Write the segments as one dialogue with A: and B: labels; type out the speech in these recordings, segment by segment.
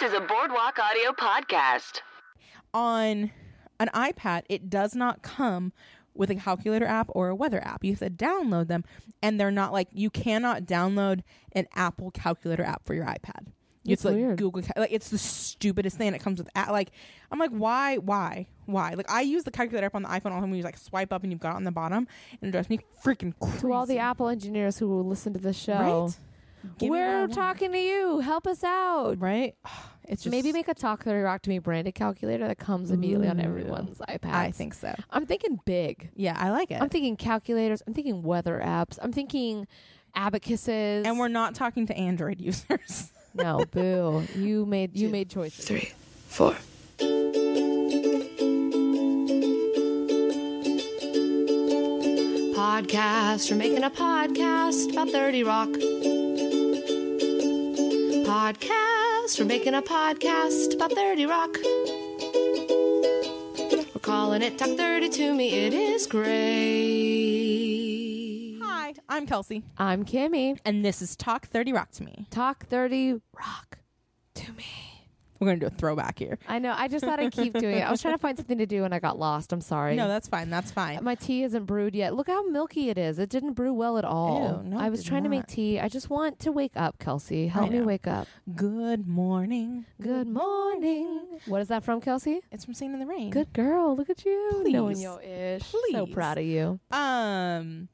A: to the Boardwalk Audio Podcast.
B: on an iPad, it does not come with a calculator app or a weather app. You have to download them, and they're not like you cannot download an Apple calculator app for your iPad. You have
C: That's
B: to, like
C: weird.
B: Google cal- like it's the stupidest thing. It comes with a- like I'm like why why why like I use the calculator app on the iPhone all the time. You like swipe up and you've got it on the bottom, and it drives me freaking crazy.
C: To all the Apple engineers who will listen to the show,
B: Right? Give me what I
C: we're
B: want.
C: talking to you. Help us out.
B: right. It's just
C: Maybe make a Talk Thirty Rock to Me branded calculator that comes immediately on
B: Ooh.
C: everyone's iPad.
B: I think so.
C: I'm thinking big.
B: Yeah, I like it.
C: I'm thinking calculators. I'm thinking weather apps. I'm thinking abacuses.
B: and we're not talking to Android users.
C: no boo. You made you made choices.
D: three, four. Podcast. We're making a podcast about 30 Rock. Podcast. We're making a podcast about 30 Rock. We're calling it Talk 30 to Me. It is great.
B: Hi, I'm Kelsey.
C: I'm Kimmy.
B: and this is Talk 30 Rock to Me.
C: Talk Thirty Rock to me.
B: We're going to do a throwback here.
C: I know. I just thought I'd keep doing it. I was trying to find something to do and I got lost. I'm sorry.
B: No, that's fine. That's fine.
C: my tea isn't brewed yet. Look how milky it is. It didn't brew well at all.
B: Ew, no, it
C: I was
B: did
C: trying to make
B: not.
C: tea. I just want to wake up, Kelsey. Help
B: I
C: me
B: know.
C: wake up.
B: Good morning.
C: Good morning. What is that from, Kelsey?
B: It's from Singing in the Rain.
C: Good girl. Look at you. Knowing
B: Please.
C: your ish. So
B: Please.
C: proud of you.
B: Um.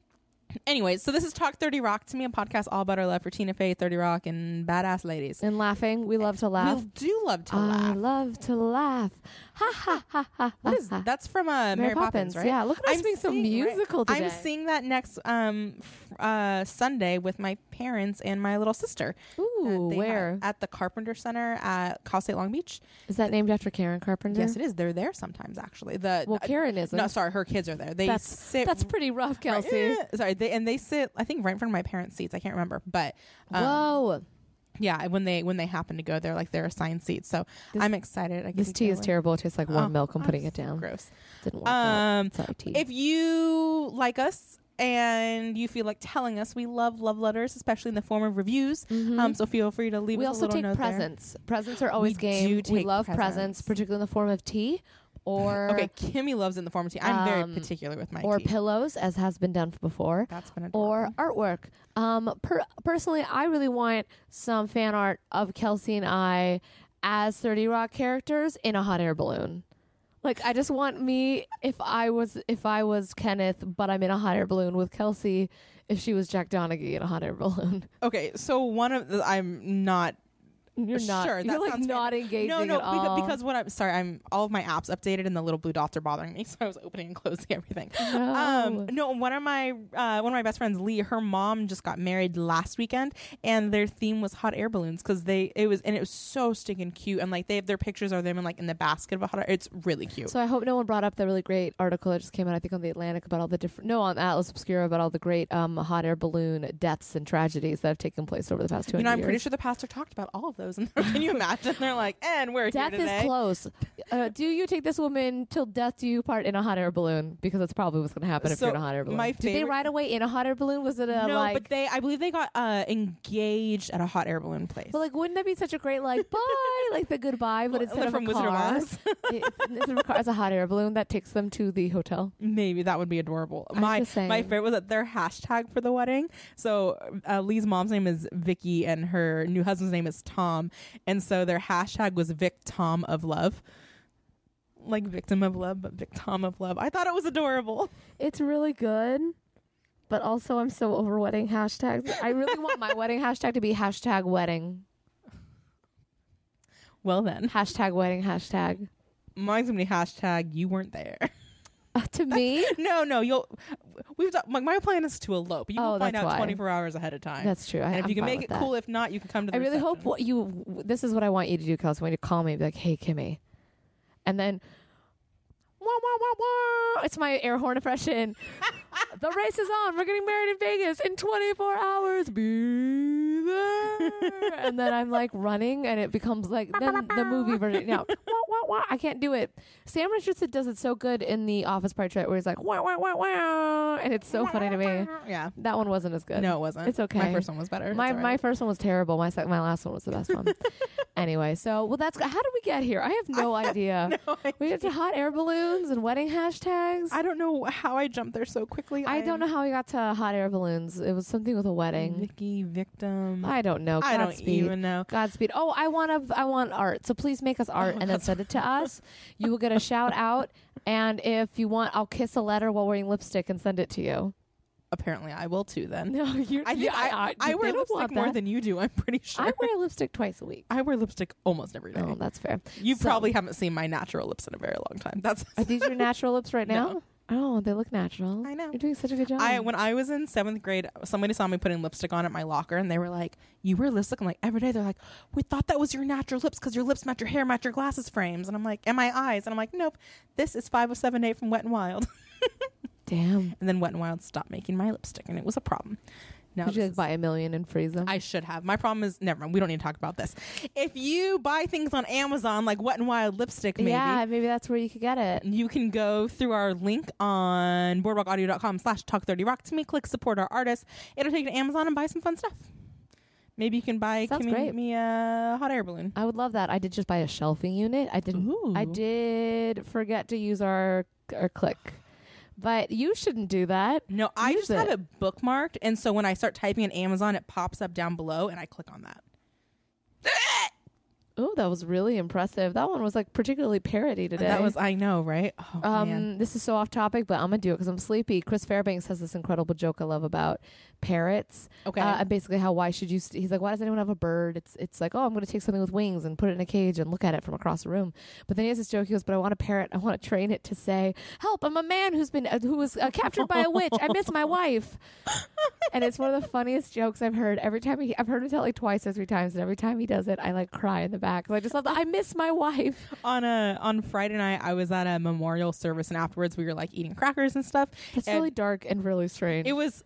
B: Anyways, so this is Talk 30 Rock to Me, a podcast all about our love for Tina Fey, 30 Rock, and badass ladies.
C: And laughing. We love to laugh. Uh,
B: We do love to
C: I
B: laugh.
C: love to laugh. Ha ha ha ha.
B: What is
C: ha, ha.
B: That's from uh, Mary Poppins, right?
C: Yeah, look at us being so
B: seeing- right?
C: musical today.
B: I'm seeing that next um, f- uh, Sunday with my parents and my little sister. that
C: Ooh,
B: they have
C: where
B: At the Carpenter Center at Cal State Long Beach.
C: is that named after Karen Carpenter?
B: Yes, it is. They're there sometimes, actually. The uh,
C: Well, Karen isn't.
B: No, sorry, her kids are there. They
C: that's
B: sit.
C: that's pretty rough,
B: right-
C: Kelsey.
B: eh, sorry, they and they sit. I think right in front of my parents' seats. I can't remember, but um,
C: Whoa,
B: yeah, when they when they happen to go, they're like they're assigned seats. So
C: This-
B: I'm excited. I get
C: this
B: to
C: tea
B: go
C: is
B: in.
C: terrible. It tastes like warm
B: Oh,
C: milk. I'm putting
B: I'm
C: it down.
B: Gross.
C: Didn't work out.
B: Um,
C: Sorry, tea.
B: if you like us and you feel like telling us, we love love letters, especially in the form of reviews.
C: Mhm.
B: Um, so feel free to leave
C: we
B: us a
C: also
B: little
C: take
B: note there.
C: presents. Presents are always
B: We
C: game.
B: do
C: we
B: take
C: love presents.
B: presents.
C: particularly in the form of tea or
B: Okay, Kimmy loves it in the form of tea. I'm
C: Um,
B: very particular with my
C: or
B: tea.
C: pillows, as has been done before.
B: That's been adorable.
C: or artwork. Um, per- personally, I really want some fan art of Kelsey and I as 30 Rock characters in a hot air balloon. Like I just want me if I was if I was Kenneth, but I'm in a hot air balloon with Kelsey. If she was Jack Donaghy in a hot air balloon,
B: okay, so one of the, I'm not
C: you're not.
B: Sure,
C: you're
B: that
C: like
B: sounds
C: not engaging.
B: No, no,
C: at
B: beca-
C: all.
B: because what I'm sorry, I'm all of my apps updated and the little blue dots are bothering me, so I was opening and closing everything.
C: No.
B: Um, no, one of my uh, one of my best friends, Lee, her mom just got married last weekend, and their theme was hot air balloons because they it was and it was so stinking cute, and like they have their pictures are them in like in the basket of a hot air. It's really cute.
C: So I hope no one brought up the really great article that just came out, I think, on the Atlantic about all the different, no, on Atlas Obscura about all the great um, hot air balloon deaths and tragedies that have taken place over the past two
B: you
C: hundred
B: know, I'm
C: years.
B: pretty sure the pastor talked about all of those. And can you imagine? They're like, and we're
C: death
B: here today.
C: is close. Uh, do you take this woman till death do you part in a hot air balloon? Because that's probably what's going to happen if
B: So
C: you're in a hot air balloon.
B: my
C: Did they
B: favorite-
C: ride away in a hot air balloon? Was it a
B: no,
C: like?
B: but they, I believe they got uh, engaged at a hot air balloon place.
C: but like, wouldn't that be such a great like bye, like the goodbye? But
B: Well,
C: instead
B: like
C: of
B: from
C: a
B: Wizard of
C: car,
B: Oz.
C: it- instead of a car, it's a hot air balloon that takes them to the hotel.
B: Maybe that would be adorable.
C: I'm
B: my
C: just
B: my
C: saying.
B: favorite was that their hashtag for the wedding. So uh, Lee's mom's name is Vicky and her new husband's name is Tom, and so their hashtag was Vic Tom of Love, like victim of love, but Vic Tom of Love. I thought it was adorable.
E: It's really good, but also I'm so over wedding hashtags.
C: I really want my wedding hashtag to be hashtag wedding,
B: Well then,
C: hashtag wedding, hashtag.
B: mine's gonna be hashtag You weren't there.
C: Uh, to me,
B: no, no, you'll. We've done, my, my plan is to elope. You
C: Oh,
B: will find
C: that's
B: out
C: why.
B: 24 hours ahead of time.
C: that's true. I,
B: and if
C: I'm
B: you can
C: fine
B: make
C: with
B: it
C: that.
B: cool, if not, you can come to. the
C: I really hope
B: reception.
C: what you. w- This is what I want you to do, Kelsey. I want you to call me, and be like, "Hey, Kimmy," and then, wah, wah, wah, wah. It's my air horn impression. the race is on. We're getting married in Vegas in 24 hours. Be there. and then I'm like running, and it becomes like then the movie version. Now, wah, wah, wah. I can't do it. Sam Richardson does it so good in the Office portrait where he's like wah wah wah wah, and it's so funny to me.
B: Yeah.
C: That one wasn't as good.
B: No, it wasn't.
C: Uh, It's okay.
B: My first one was better.
C: My
B: It's all
C: my
B: right.
C: first one was terrible. My sec- my last one was the best one. anyway, so well, that's how did we get here? I have no idea.
B: No, I,
C: We get to hot air balloons and wedding hashtags.
B: I don't know how I jumped there so quickly.
C: I don't know how we got to hot air balloons. It was something with a wedding.
B: Vicky victim.
C: I don't know.
B: I don't
C: Godspeed.
B: even know.
C: Godspeed. Oh, I want to. I want art. So please make us
B: Oh,
C: art and then send it to us. You will get a shout out, and if you want, I'll kiss a letter while wearing lipstick and send it to you.
B: Apparently, I will too. Then
C: No, you.
B: I think
C: yeah,
B: I, I,
C: they
B: wear
C: don't
B: lipstick
C: want
B: more
C: that.
B: than you do. I'm pretty sure.
C: I wear lipstick twice a week.
B: I wear lipstick almost every day.
C: Oh, that's fair.
B: you
C: so-
B: probably haven't seen my natural lips in a very long time. That's
C: Are these your natural lips right now?
B: No.
C: Oh, they look natural.
B: I know.
C: You're doing such a good job.
B: I when I was in seventh grade, somebody saw me putting lipstick on at my locker, and they were like, "You wear lipstick?" I'm like, "Every day." They're like, "We thought that was your natural lips because your lips match your hair, match your glasses frames." And I'm like, "And my eyes?" And I'm like, "Nope, this is five of seven eight from Wet and Wild."
C: Damn.
B: and then Wet and Wild stopped making my lipstick, and it was a problem. Now
C: Would you
B: this
C: like
B: is-
C: buy a million and freeze them?
B: I should have. My problem is never mind. We don't need to talk about this. If you buy things on Amazon like Wet and Wild lipstick, maybe Mm.
C: Yeah, maybe that's where you could get it.
B: you can go through our link on boardwalkaudio.com slash talk 30 rock to me click support our artists it'll take you to amazon and buy some fun stuff maybe you can buy
C: Sounds
B: Kimmy and
C: great.
B: me a hot air balloon
C: I would love that. I did just buy a shelving unit. I didn't. I
B: Ooh.
C: did forget to use our our click, but you shouldn't do that.
B: no i
C: Use
B: just have
C: it.
B: it bookmarked and so when i start typing in amazon it pops up down below and i click on that
C: Oh, that was really impressive. That one was like particularly parody today.
B: that was i know right oh
C: Um,
B: man
C: this is so off topic, but I'm gonna do it because I'm sleepy. Chris Fairbanks has this incredible joke I love about parrots.
B: Okay.
C: uh, and basically how why should you? St- he's like, why does anyone have a bird? It's it's like, oh, I'm gonna take something with wings and put it in a cage and look at it from across the room. But then he has this joke. He goes, but I want a parrot. I want to train it to say, help! I'm a man who's been uh, who was uh, captured by a witch. I miss my wife. and it's one of the funniest jokes I've heard. Every time he, I've heard him tell it like twice or three times, and every time he does it, I like cry in the back. 'Cause I just love that. I miss my wife.
B: on a on friday night i was at a memorial service and afterwards we were like eating crackers and stuff
C: It's
B: And-
C: really dark and really strange.
B: it was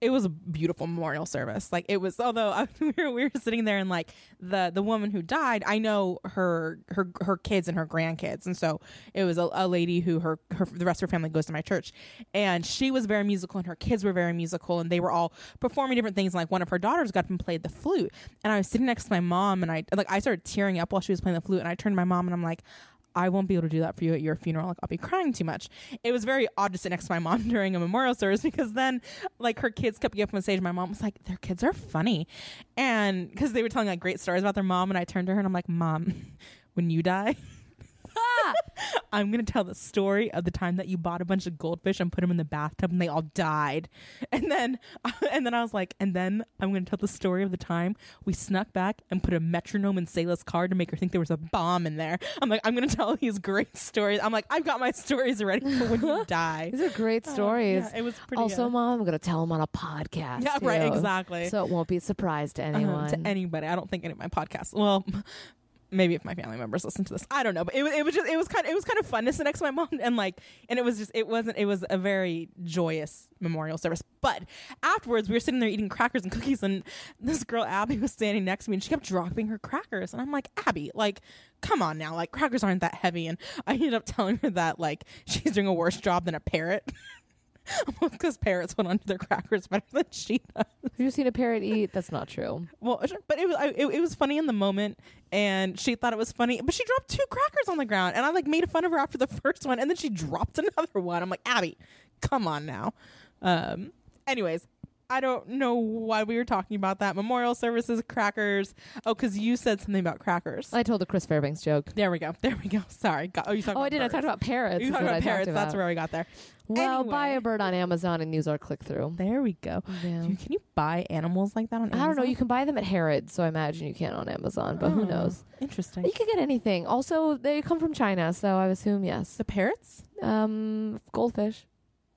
B: it was a beautiful memorial service like it was although I, we, were, we were sitting there and like the the woman who died i know her her her kids and her grandkids and so it was a, a lady who her, her the rest of her family goes to my church and she was very musical and her kids were very musical and they were all performing different things like one of her daughters got up and played the flute and i was sitting next to my mom and i like i started tearing up while she was playing the flute and i turned to my mom and i'm like I won't be able to do that for you at your funeral. Like, I'll be crying too much. It was very odd to sit next to my mom during a memorial service because then, like, her kids kept getting up on stage. My mom was like, their kids are funny. And because they were telling, like, great stories about their mom. And I turned to her and I'm like, Mom, when you die, I'm going to tell the story of the time that you bought a bunch of goldfish and put them in the bathtub and they all died. And then, and then I was like, and then I'm going to tell the story of the time we snuck back and put a metronome in Selah's car to make her think there was a bomb in there. I'm like, I'm going to tell these great stories. I'm like, I've got my stories ready for when you die.
C: These are great stories.
B: Um, yeah, it was pretty
C: Also,
B: good.
C: mom, I'm gonna tell them on a podcast.
B: Yeah, right,
C: too.
B: exactly.
C: So it won't be a surprise to
B: Um,
C: anyone.
B: to anybody. I don't think any of my podcasts. Well, maybe if my family members listen to this, I don't know. But it was it was just it was kind it was kind of fun to sit next to my mom and like and it was just it wasn't it was a very joyous memorial service. But afterwards, we were sitting there eating crackers and cookies, and this girl Abby was standing next to me, and she kept dropping her crackers, and I'm like Abby, like. Come on now, like crackers aren't that heavy, and I ended up telling her that like she's doing a worse job than a parrot, because parrots went onto their crackers better than she does
C: Have you seen a parrot eat? That's not true.
B: well sure, but it was I, it, it was funny in the moment and she thought it was funny but she dropped two crackers on the ground and i like made fun of her after the first one and then she dropped another one i'm like abby come on now um anyways i don't know why we were talking about that memorial services crackers oh because you said something about crackers
C: I told the Chris Fairbanks joke.
B: there we go there we go sorry God, oh you talked
C: Oh,
B: about
C: I did. I talked
B: birds.
C: about parrots.
B: you
C: is
B: talked
C: what
B: about
C: I
B: parrots
C: Talked
B: that's
C: about.
B: where we got there
C: Well, buy
B: Anyway.
C: a bird on Amazon and use our click through.
B: there we go
C: Yeah.
B: You- can you buy animals like that on
C: I don't know.
B: Amazon?
C: You can buy them at Harrods, so I imagine you can on Amazon, but
B: Oh,
C: who knows?
B: interesting
C: You can get anything. Also, they come from China, so I assume yes.
B: the parrots
C: Um, goldfish.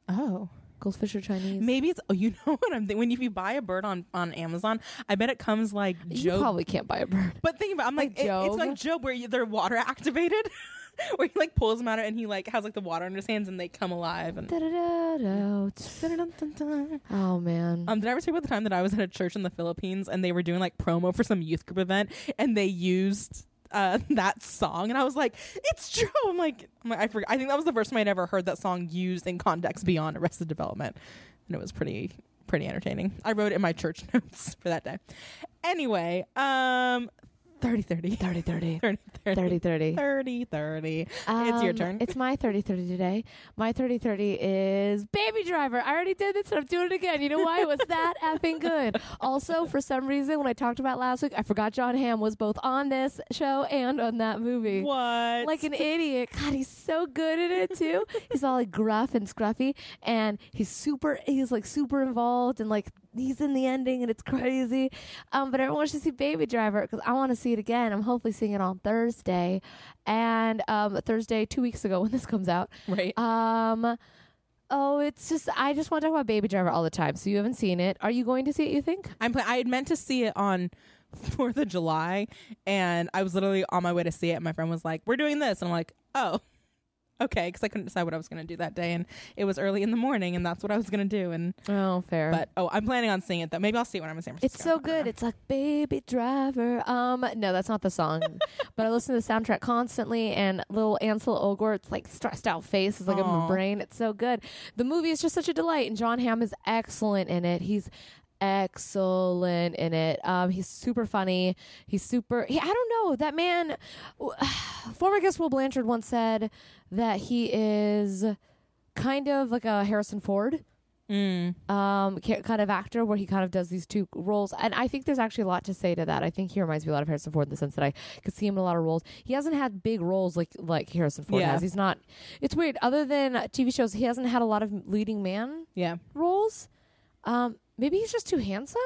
B: oh
C: Goldfish are Chinese.
B: Maybe it's oh, you know what I'm thinking. When you- if you buy a bird on on Amazon, I bet it comes like
C: you
B: Job.
C: probably can't buy a bird.
B: but think about, it, I'm like,
C: like
B: it- it's
C: Job.
B: like Job where you, they're water activated, where he like pulls them out and he like has like the water in his hands and they come alive. And
C: Da-da-da-da. Oh man.
B: um, did I ever tell you about the time that I was at a church in the Philippines and they were doing like promo for some youth group event and they used uh, that song, and I was like, "It's true." I'm like, I'm like, I forgot. I think that was the first time I'd ever heard that song used in context beyond Arrested Development, and it was pretty pretty entertaining. I wrote it in my church notes for that day. Anyway, um, 30 30 30
C: 30.
B: 30
C: 30 30.
B: 30 30. it's your
C: Um,
B: turn.
C: It's my 30 30 today. My 30 30 is Baby Driver. I already did this and I'm doing it again. You know why? It was that effing good. Also, for some reason, when I talked about last week, I forgot John Hamm was both on this show and on that movie.
B: what?
C: Like an idiot. God, he's so good at it too. he's all like gruff and scruffy and he's super he's like super involved and like he's in the ending and it's crazy. Um, but everyone should see Baby Driver because I want to see it again. I'm hopefully seeing it on Thursday. And um, Thursday, two weeks ago when this comes out.
B: right.
C: Um Oh, it's just I just want to talk about Baby Driver all the time. So you haven't seen it. Are you going to see it, you think?
B: I'm pla- I had meant to see it on Fourth of July, and I was literally on my way to see it. And my friend was like, "We're doing this," and I'm like, "Oh, okay," because I couldn't decide what I was going to do that day, and it was early in the morning, and that's what I was going to do. And
C: Oh, fair.
B: but oh, I'm planning on seeing it though. Maybe I'll see it when I'm in San Francisco.
C: It's so good. It's like Baby Driver. Um, no, that's not the song. but I listen to the soundtrack constantly, and little Ansel Elgort's like stressed out face is like in my
B: Aw.
C: brain. It's so good. The movie is just such a delight, and John Hamm is excellent in it. He's excellent in it. Um, he's super funny. He's super. He, I don't know that man. Former guest Will Blanchard once said that he is kind of like a Harrison Ford
B: Mm.
C: um ca- kind of actor where he kind of does these two roles and i think there's actually a lot to say to that i think he reminds me a lot of harrison ford in the sense that i could see him in a lot of roles he hasn't had big roles like like harrison ford
B: Yeah.
C: has he's not it's weird other than uh, tv shows he hasn't had a lot of leading man
B: Yeah,
C: roles um maybe he's just too handsome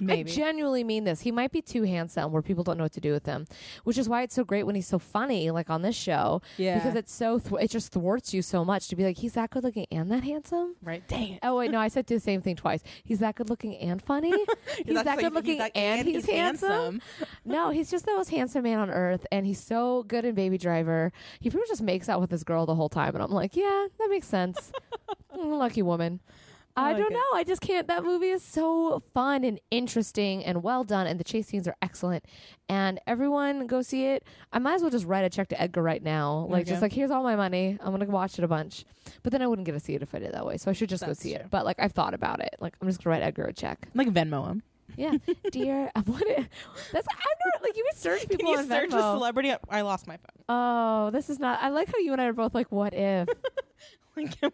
B: maybe.
C: I genuinely mean this. He might be too handsome where people don't know what to do with him, which is why it's so great when he's so funny, like on this show.
B: Yeah.
C: Because it's so, th- it just thwarts you so much to be like, he's that good looking and that handsome.
B: right. Dang it.
C: Oh wait, no, I said the same thing twice. He's that good looking and funny. he's
B: That's what you
C: that good
B: think,
C: looking
B: that-
C: and, he's, handsome.
B: handsome.
C: no, he's just the most handsome man on earth, and he's so good in Baby Driver. He pretty much just makes out with this girl the whole time, and I'm like, yeah, that makes sense. Mm, Lucky woman. I,
B: like
C: don't
B: it.
C: know. I just can't. That movie is so fun and interesting and well done, and the chase scenes are excellent. And everyone go see it. I might as well just write a check to Edgar right now. Like,
B: Okay.
C: just like, here's all my money. I'm going to watch it a bunch. But then I wouldn't get to see it if I did that way. So I should just
B: That's
C: go see
B: true.
C: it. But like, I've thought about it. Like, I'm just going to write Edgar a check.
B: Like Venmo him.
C: Yeah, dear. I want it. That's I'm not like you would search people
B: Can you
C: on
B: search a
C: Venmo.
B: celebrity? I lost my phone.
C: oh, this is not. I like how you and I are both like, what if?
B: Like,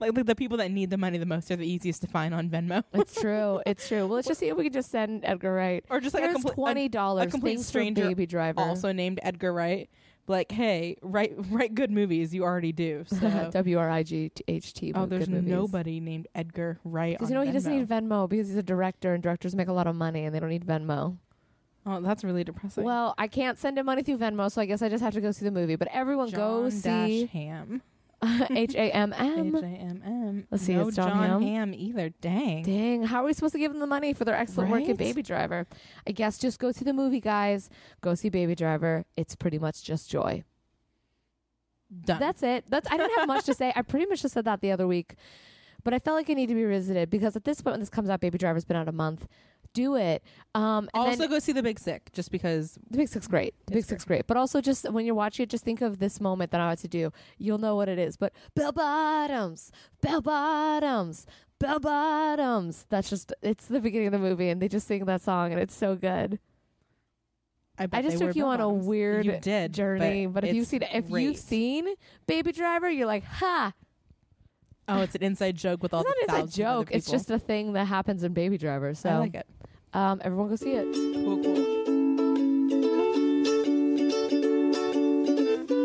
B: like, like the people that need the money the most are the easiest to find on Venmo.
C: it's true. It's true. Well, let's just see if we can just send Edgar Wright.
B: Or just like
C: Here's
B: a complete,
C: twenty dollars.
B: a complete stranger
C: baby driver.
B: also named Edgar Wright. Like, hey, write write good movies. You already do. So,
C: W R I G H T.
B: oh, there's
C: good movies.
B: nobody named Edgar Wright.
C: Because
B: Because
C: you know he doesn't need Venmo because he's a director and directors make a lot of money and they don't need Venmo.
B: Oh, that's really depressing.
C: Well, I can't send him money through Venmo, so I guess I just have to go see the movie. But everyone go
B: John
C: see
B: Dash Ham.
C: H A M
B: H
C: M.
B: A M M.
C: let's see,
B: no
C: it's John
B: Ham.
C: Hamm.
B: either. Dang.
C: Dang, how are we supposed to give them the money for their excellent work in
B: Right?
C: Baby Driver? I guess just go see the movie, guys. Go see Baby Driver. It's pretty much just joy.
B: Done.
C: That's it. That's I didn't have much to say. I pretty much just said that the other week. But I felt like I need to be revisited because at this point when this comes out, Baby Driver's been out a month. Do it. Um and
B: also
C: then,
B: go see The Big Sick, just because.
C: the Big Six great. The Big Six great. But also just when you're watching it, just think of this moment that I had to do. You'll know what it is. But bell bottoms, bell bottoms, bell bottoms. That's just it's the beginning of the movie and they just sing that song and it's so good.
B: I, bet
C: I just
B: they were
C: took you on a
B: bottoms.
C: weird
B: You did,
C: journey. But, if you've
B: it's
C: seen if you've
B: great.
C: seen Baby Driver, you're like, ha,
B: oh, it's an inside joke with all
C: it's
B: the
C: not
B: thousands
C: it's a
B: of other
C: joke. It's
B: people.
C: just a thing that happens in Baby Driver. So
B: I like it.
C: um everyone go see it.
B: Cool, cool.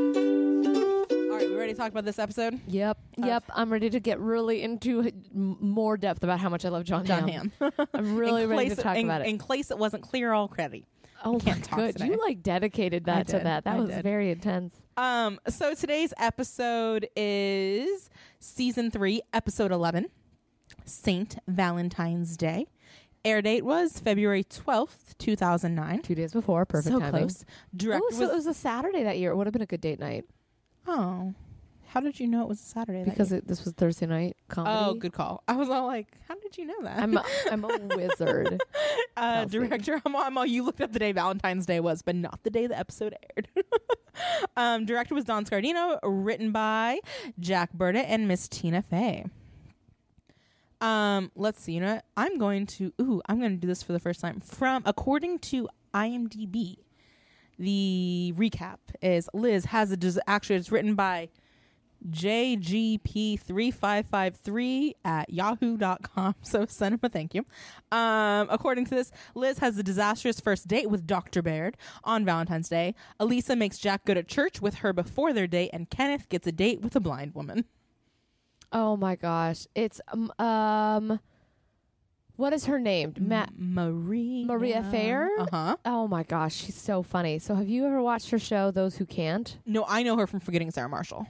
B: All right, we ready to talk about this episode?
C: Yep. Yep. I'm ready to get really into h- m- more depth about how much I love John,
B: John
C: Hamm.
B: Ham.
C: I'm really ready to talk
B: in,
C: about it.
B: In case it wasn't clear already.
C: oh my
B: can't talk
C: god,
B: today.
C: you like dedicated
B: I
C: that to
B: did.
C: that. That
B: I
C: was
B: did.
C: very intense.
B: Um, so today's episode is season three, episode eleven, Saint Valentine's Day. Air date was February twelfth, two thousand nine.
C: Two days before, perfect
B: so
C: timing.
B: close. Director
C: Oh, so it
B: was
C: was a Saturday that year. It would have been a good date night
B: oh, how did you know it was a Saturday? that
C: because
B: year?
C: it, this was Thursday night comedy.
B: oh, good call. I was all like, how did you know that?
C: I'm a, I'm a wizard.
B: uh,
C: Kelsey.
B: director Amamo, you looked up the day Valentine's Day was, but not the day the episode aired. um, director was Don Scardino, written by Jack Berta and Miss Tina Fey. Um, let's see. You know, what? I'm going to ooh, I'm going to do this for the first time. From according to IMDb, the recap is Liz has a des- actually it's written by JGP3553 at yahoo.com. So send him a thank you. Um, according to this, Liz has a disastrous first date with Dr. Baird on Valentine's Day. Elisa makes Jack go to church with her before their date, and Kenneth gets a date with a blind woman.
C: Oh my gosh. It's um, um what is her name? Matt
B: Marie.
C: Maria Fair?
B: Uh huh.
C: Oh my gosh, she's so funny. So have you ever watched her show Those Who Can't?
B: No, I know her from Forgetting Sarah Marshall.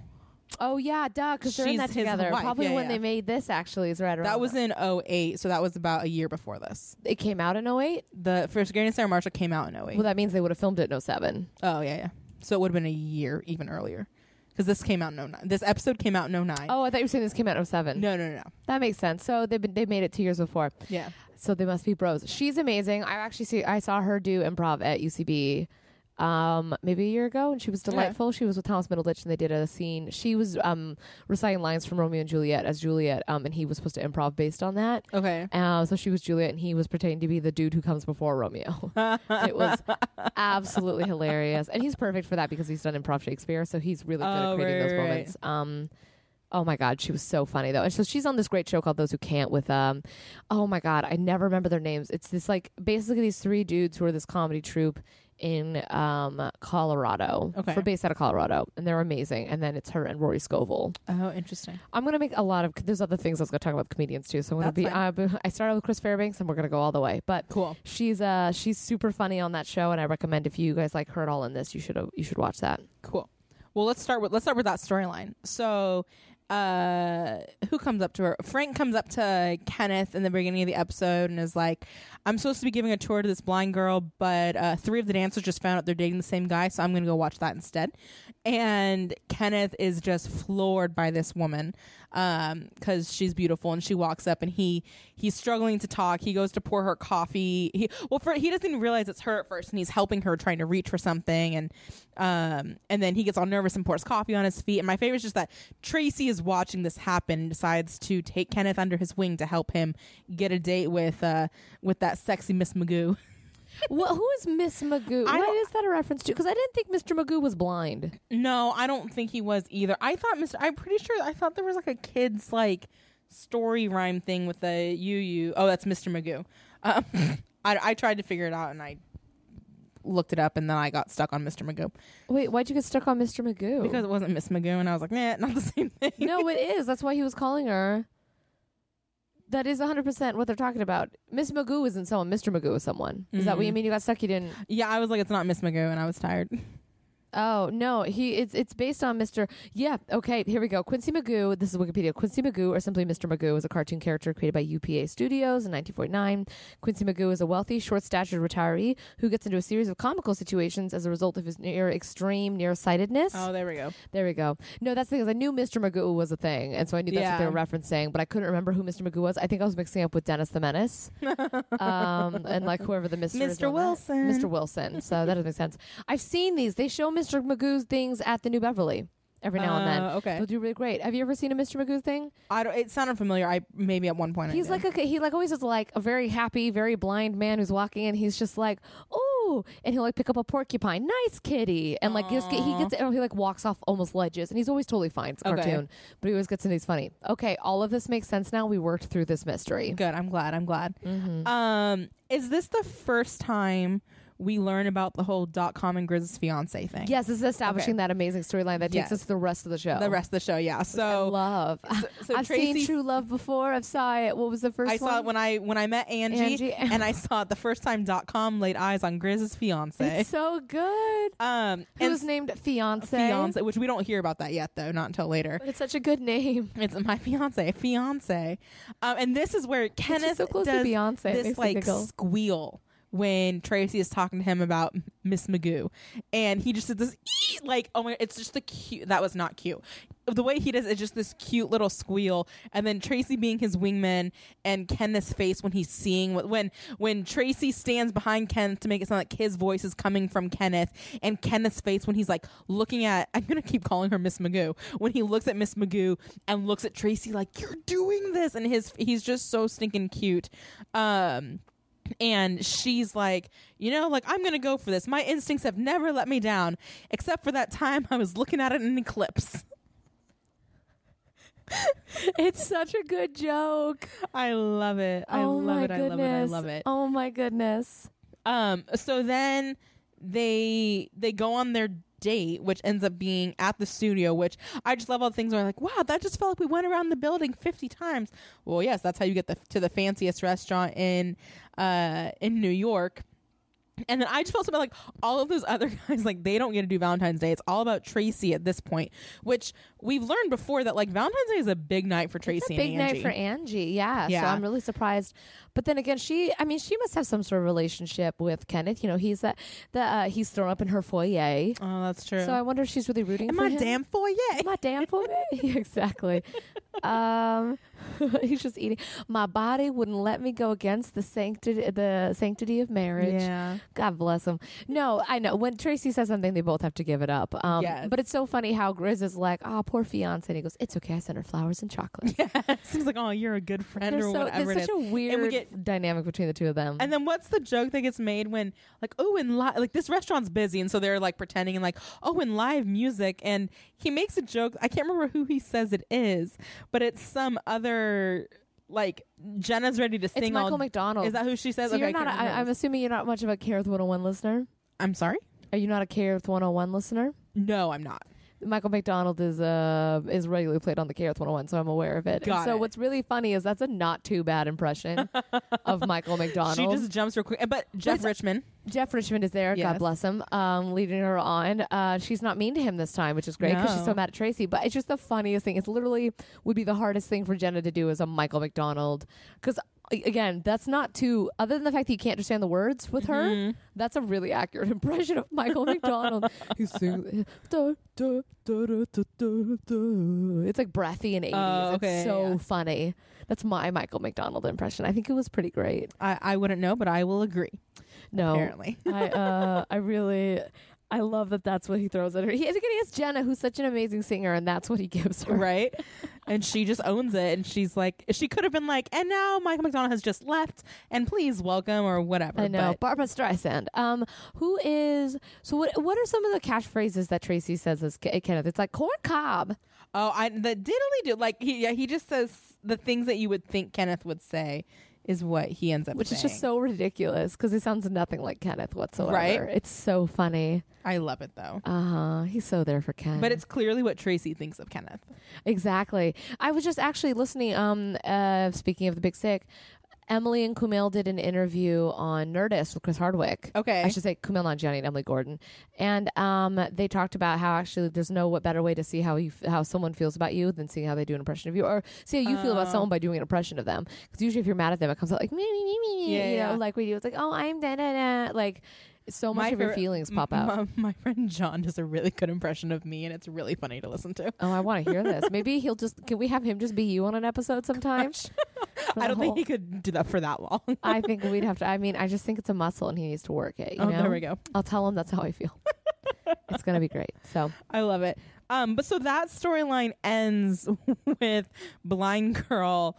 C: Oh yeah, duh, because they're in
B: She's
C: that
B: his
C: together.
B: wife.
C: Probably
B: Yeah,
C: when
B: yeah.
C: they made this actually is right around
B: That was in 08, so that was about a year before this.
C: it came out in 08?
B: The first Forgetting Sarah Marshall came out in 08.
C: Well that means they would have filmed it in 07.
B: Oh yeah, yeah. So it would have been a year even earlier because this came out in 09. This episode came out in 09.
C: Oh, I thought you were saying this came out in 07.
B: no, no, no, no.
C: That makes sense. So they've been, they made it two years before.
B: Yeah,
C: So they must be bros. She's amazing. I actually see I saw her do improv at UCB um maybe a year ago and she was delightful. She was with Thomas Middleditch and they did a scene. She was um reciting lines from Romeo and Juliet as Juliet um and he was supposed to improv based on that.
B: okay.
C: Uh, so she was Juliet, and he was pretending to be the dude who comes before Romeo. it was absolutely hilarious, and he's perfect for that because he's done improv Shakespeare, so he's really good
B: Oh,
C: at creating
B: right,
C: those
B: right, right.
C: moments. Um, oh my God, she was so funny though, and so she's on this great show called Those Who Can't with um, oh my God, I never remember their names. It's this like basically these three dudes who are this comedy troupe in um Colorado,
B: Okay.
C: for based out of Colorado, and they're amazing. And then it's her and Rory Scovel.
B: Oh, interesting.
C: I'm gonna make a lot of. There's other things I was gonna talk about with comedians too. So I'm gonna
B: That's
C: be.
B: fine.
C: Uh, b- I started with Chris Fairbanks, and we're gonna go all the way. But
B: Cool.
C: she's uh she's super funny on that show, and I recommend if you guys like her at all in this, you should uh, you should watch that.
B: Cool. Well, let's start with let's start with that storyline. So, uh, who comes up to her? Frank comes up to Kenneth in the beginning of the episode and is like, "I'm supposed to be giving a tour to this blind girl, but uh, three of the dancers just found out they're dating the same guy, so I'm going to go watch that instead." And Kenneth is just floored by this woman because um, she's beautiful, and she walks up and he he's struggling to talk. He goes to pour her coffee. He, well, for, he doesn't even realize it's her at first, and he's helping her trying to reach for something and um, and then he gets all nervous and pours coffee on his feet. And my favorite is just that Tracy is watching this happen, and decides to take Kenneth under his wing to help him get a date with uh, with that sexy Miss Magoo.
C: well, who is Miss Magoo?
B: I
C: What
B: don't-
C: is that a reference to? Because I didn't think Mr. Magoo was blind.
B: No, I don't think he was either. I thought Mr. I'm pretty sure I thought there was like a kids like story rhyme thing with the you you. Oh, that's Mr. Magoo. Um, I, I tried to figure it out and I looked it up and then I got stuck on Mr. Magoo
C: Wait, why'd you get stuck on Mr. Magoo?
B: because it wasn't Miss Magoo and I was like, nah, not the same thing.
C: no, it is. That's why he was calling her. That is 100% what they're talking about. Miss Magoo isn't someone. Mr. Magoo is someone. Is that what you mean? You got stuck. You didn't.
B: Yeah, I was like, it's not Miss Magoo and I was tired.
C: Oh no, he it's it's based on Mr. Yeah, okay, here we go. Quincy Magoo. This is Wikipedia. Quincy Magoo, or simply Mr. Magoo, is a cartoon character created by UPA Studios in 1949. Quincy Magoo is a wealthy, short-statured retiree who gets into a series of comical situations as a result of his near extreme nearsightedness.
B: Oh, there we go.
C: there we go. No, that's the thing is I knew Mr. Magoo was a thing, and so I knew that's what
B: Yeah.
C: they were referencing, but I couldn't remember who Mr. Magoo was. I think I was mixing up with Dennis the Menace, um, and like whoever the Mr. is
B: Mr.
C: on that.
B: Wilson.
C: Mr. Wilson. So that doesn't make sense. I've seen these. They show Mr. Magoo's things at the New Beverly every now and then.
B: Uh, okay.
C: They'll do really great. Have you ever seen a Mr. Magoo thing?
B: I don't, it sounded familiar. I maybe at one point I
C: He's
B: did.
C: like a he like always is like a very happy, very blind man who's walking in. He's just like, oh, and he'll like pick up a porcupine, nice kitty, and like just get, he gets oh, he like walks off almost ledges, and he's always totally fine. It's a
B: Okay.
C: cartoon, but he always gets in. He's funny. Okay, all of this makes sense now. We worked through this mystery.
B: good. I'm glad. I'm glad.
C: Mm-hmm.
B: Um, is this the first time we learn about the whole dot com and Grizz's fiance thing?
C: Yes, this is establishing that amazing storyline that
B: Yes.
C: takes us to the rest of the show.
B: The rest of the show, yeah. So
C: love.
B: so
C: I've
B: Tracy-
C: seen True Love before. I've saw it. What was the first
B: I
C: one?
B: saw it when I when I met Angie,
C: Angie.
B: and I saw it the first time dot com laid eyes on Grizz's fiance.
C: It's so good.
B: um,
C: It
B: and
C: was named fiance.
B: fiance, which we don't hear about that yet though, not until later.
C: But it's such a good name.
B: It's my fiance, fiance, um, and this is where Kenneth
C: so close to
B: does
C: Beyonce. It
B: this
C: makes me
B: like
C: giggle.
B: squeal when Tracy is talking to him about Miss Magoo, and he just did this "Ee!" like oh my, it's just the cute. That was not cute. the way he does it, it's just this cute little squeal, and then Tracy being his wingman and Kenneth's face when he's seeing what when when Tracy stands behind Kenneth to make it sound like his voice is coming from Kenneth, and Kenneth's face when he's like looking at I'm gonna keep calling her Miss Magoo when he looks at Miss Magoo and looks at Tracy like you're doing this, and his he's just so stinking cute. Um, and she's like, you know, like I'm gonna go for this. My instincts have never let me down, except for that time I was looking at it in an eclipse.
C: it's such a good joke.
B: I love it. I
E: oh
B: love
E: my
B: it.
E: goodness.
B: I love it. I love it.
E: Oh my goodness.
B: Um. So then they they go on their date, which ends up being at the studio. Which I just love all the things where I'm like, wow, that just felt like we went around the building fifty times. Well, yes, that's how you get the, to the fanciest restaurant in uh in New York. And then I just felt something like all of those other guys, like they don't get to do Valentine's Day. It's all about Tracy at this point, which we've learned before that like Valentine's Day is a big night for Tracy
C: big
B: and Angie.
C: night for Angie. Yeah, So
B: Yeah.
C: I'm really surprised. But then again, she I mean, she must have some sort of relationship with Kenneth. You know, he's that the uh, he's thrown up in her foyer.
B: oh, that's true.
C: So I wonder if she's really rooting
B: and
C: for
B: my
C: him.
B: damn foyer.
C: my damn for me. exactly. Um, he's just eating. My body wouldn't let me go against the sanctity the sanctity of marriage.
B: Yeah.
C: God bless him. No, I know. When Tracy says something, they both have to give it up. Um,
B: Yes.
C: But it's so funny how Grizz is like, oh, poor fiance. And he goes, it's okay. I sent her flowers and chocolate.
B: Seems like, oh, you're a good friend
C: They're
B: or
C: so,
B: whatever
C: there's
B: it
C: such a
B: is.
C: weird
B: And we get-
C: dynamic between the two of them.
B: And then what's the joke that gets made when like, oh, and li- like this restaurant's busy, and so they're like pretending and like, oh, and live music, and he makes a joke. I can't remember who he says it is, but it's some other like Jenna's ready to sing.
C: it's Michael
B: all-
C: McDonald.
B: Is that who she says?
C: so
B: okay,
C: you're not,
B: I,
C: I, I'm assuming you're not much of a Care with 101 listener.
B: am sorry.
C: Are you not a Care with 101 listener?
B: No, I'm not.
C: Michael McDonald is uh is regularly played on the KRS 101, so I'm aware of it.
B: Got
C: And so
B: it.
C: what's really funny is that's a not too bad impression of Michael McDonald.
B: She just jumps real quick. But Jeff
C: it's-
B: Richmond, Mm-hmm.
C: Jeff Richmond is there,
B: Yes.
C: God bless him, um, leading her on. Uh, she's not mean to him this time, which is great because she's so
B: No.
C: mad at Tracy. But it's just the funniest thing. It's literally would be the hardest thing for Jenna to do as a Michael McDonald because. Again, that's not too. Other than the fact that you can't understand the words with
B: Mm-hmm.
C: her, that's a really accurate impression of Michael McDonald. he sings, da, da, da, da, da, da, da. it's like breathy and eighties.
B: Oh, okay,
C: it's so
B: yeah.
C: funny. That's my Michael McDonald impression. I think it was pretty great.
B: I, I wouldn't know, but I will agree.
C: No,
B: Apparently,
C: I uh, I really I love that that's what he throws at her. He, again, he has Jenna, who's such an amazing singer, and that's what he gives her.
B: right? and she just owns it, and she's like, she could have been like, and now Michael McDonald has just left, and please welcome or whatever.
C: I know.
B: but-
C: Barbara Streisand. Um, who is so? What What are some of the catchphrases that Tracy says as K- Kenneth? It's like corn cob.
B: oh, I the diddly do like he yeah he just says the things that you would think Kenneth would say is what he ends up
C: which is just so ridiculous because he sounds nothing like Kenneth whatsoever.
B: Right?
C: It's so Mm. funny.
B: I love it though.
C: Uh huh. He's so there for Ken.
B: But it's clearly what Tracy thinks of Kenneth.
C: Exactly. I was just actually listening. Um, uh, speaking of the Big Sick, Emily and Kumail did an interview on Nerdist with Chris Hardwick.
B: Okay.
C: I should say Kumail Nanjiani and Emily Gordon, and um, they talked about how actually there's no what better way to see how you f- how someone feels about you than seeing how they do an impression of you, or see how you feel about
B: Oh.
C: someone by doing an impression of them. Because usually if you're mad at them, it comes out like me me me me,
B: Yeah,
C: me, you know,
B: yeah.
C: like we do. It's like oh I'm da da da, like so much of your
B: favorite-
C: feelings
B: m-
C: pop out.
B: m- My, friend John does a really good impression of me, and it's really funny to listen to.
C: Oh, I want to hear this. Maybe he'll just. Can we have him just be you on an episode sometime? For
B: I
C: the
B: don't think
C: whole-
B: he could do that for that long.
C: I think we'd have to. I mean, I just think it's a muscle, and he needs to work it. You
B: oh,
C: know?
B: there we go.
C: I'll tell him that's how I feel. it's gonna be great. So
B: I love it. Um, but so that storyline ends with blind girl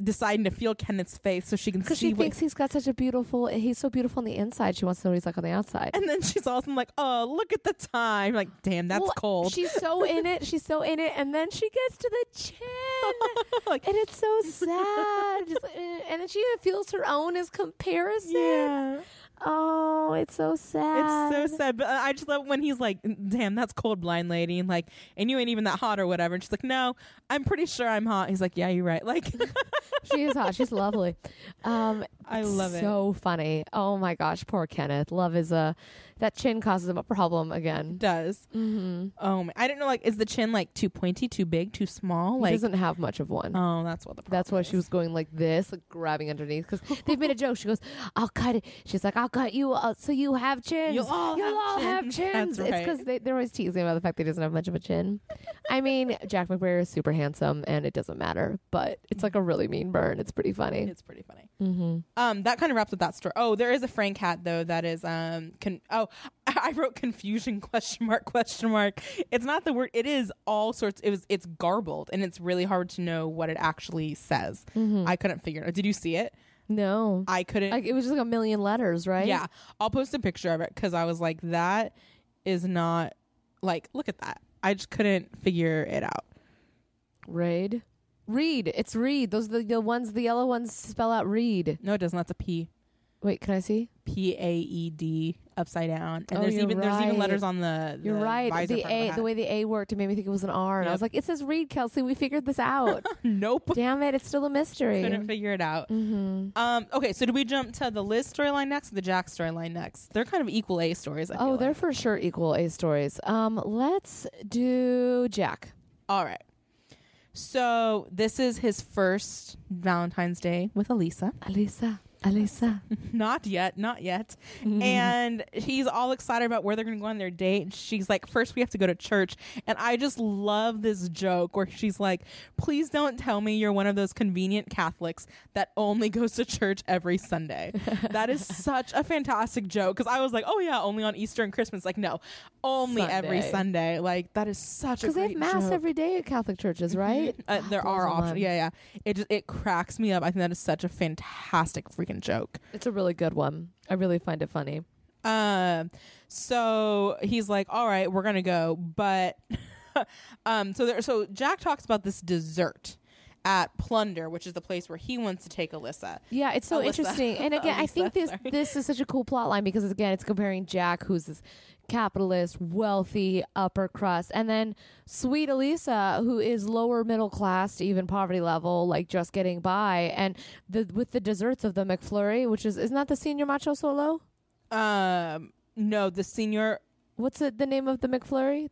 B: deciding to feel Kenneth's face so she can
C: because
B: see
C: she
B: what.
C: thinks he's got such a beautiful, he's so beautiful on the inside. She wants to know what he's like on the outside.
B: and then she's also like, "Oh, look at the time!" Like, damn, that's
C: Well,
B: cold.
C: She's so in it. She's so in it, and then she gets to the chin,
B: Like-
C: and it's so sad. Just, eh, and then she even feels her own as comparison.
B: yeah,
C: Oh, it's so sad.
B: it's so sad. But I just love when he's like, "Damn, that's cold, blind lady," and like, "And you ain't even that hot or whatever." And she's like, "No, I'm pretty sure I'm hot." He's like, "Yeah, you're right." Like,
C: she is hot. She's lovely. Um,
B: I
C: it's
B: love it.
C: So funny. Oh my gosh, poor Kenneth. Love is a that chin causes him a problem again.
B: does.
C: Mm-hmm.
B: Oh, man. I didn't know. Like, is the chin like too pointy, too big, too small?
C: he
B: Like,
C: doesn't have much of one.
B: oh, that's what the. Problem
C: That's why
B: is.
C: she was going like this, like grabbing underneath, because they've made a joke. She goes, "I'll cut it." She's like, "I'll cut you." I'll, So you have chins.
B: You'll all have chins." That's
C: have chins. It's
B: right.
C: because they, they're always teasing about the fact that he doesn't have much of a chin. I mean, Jack McBrayer is super handsome, and it doesn't matter. But it's
B: Mm-hmm.
C: like a really mean burn. It's pretty funny.
B: It's pretty funny.
C: Mm-hmm.
B: Um, that kind of wraps up that story. Oh, there is a Frank hat though that is um con- oh I wrote confusion question mark question mark. It's not the word. It is all sorts. It was it's garbled and it's really hard to know what it actually says.
C: Mm-hmm.
B: I couldn't figure it. out. Did you see it?
C: No,
B: I couldn't.
C: like it was just like a million letters, right?
B: yeah, I'll post a picture of it because I was like that is not like look at that. I just couldn't figure it out.
C: Raid. Read. It's read. Those are the, the ones. The yellow ones spell out read.
B: No, it doesn't. That's a P.
C: Wait, can I see?
B: P A E D upside down, and
C: Oh,
B: there's
C: you're
B: even there's even
C: right.
B: letters on the.
C: You're
B: the
C: right.
B: visor
C: The
B: part of
C: A,
B: hat.
C: the way the A worked, it made me think it was an R, and I
B: Yep.
C: was like, "It says read, Kelsey. We figured this out.
B: Nope.
C: Damn it, it's still a mystery."
B: Couldn't figure it out.
C: hmm
B: Um, okay, so do we jump to the Liz storyline next or the Jack storyline next? They're kind of equal A stories. I feel
C: Oh, they're
B: like.
C: for sure equal A stories. Um, let's do Jack.
B: all right. So this is his first Valentine's Day with Elisa.
C: Alisa, Alisa.
B: Not yet, not yet.
C: Mm-hmm.
B: And he's all excited about where they're going to go on their date. And she's like, first we have to go to church. And I just love this joke where she's like, please don't tell me you're one of those convenient Catholics that only goes to church every Sunday. that is such a fantastic joke because I was like, oh yeah, only on Easter and Christmas. Like, no, only every
C: Sunday.
B: Sunday. Like, that is such a
C: Because they have
B: great
C: mass
B: joke.
C: every day at Catholic churches, right?
B: Uh,
C: Ah,
B: there
C: blows
B: are
C: my
B: options.
C: mind.
B: Yeah, yeah. It just it cracks me up. I think that is such a fantastic freaking joke.
C: It's a really good one. I really find it funny.
B: Um, so he's like, "All right, we're gonna go," but um, so there. So Jack talks about this dessert at Plunder, which is the place where he wants to take Alyssa.
C: Yeah, it's so
B: Alyssa.
C: interesting. And again, I think
B: Alyssa,
C: this
B: sorry.
C: this is such a cool plot line because again, it's comparing Jack, who's this capitalist, wealthy, upper crust, and then sweet Elisa, who is lower middle class to even poverty level, like just getting by, and the with the desserts of the McFlurry, which is isn't that the senior macho solo?
B: Um, no, the senior.
C: What's it, the name of the McFlurry?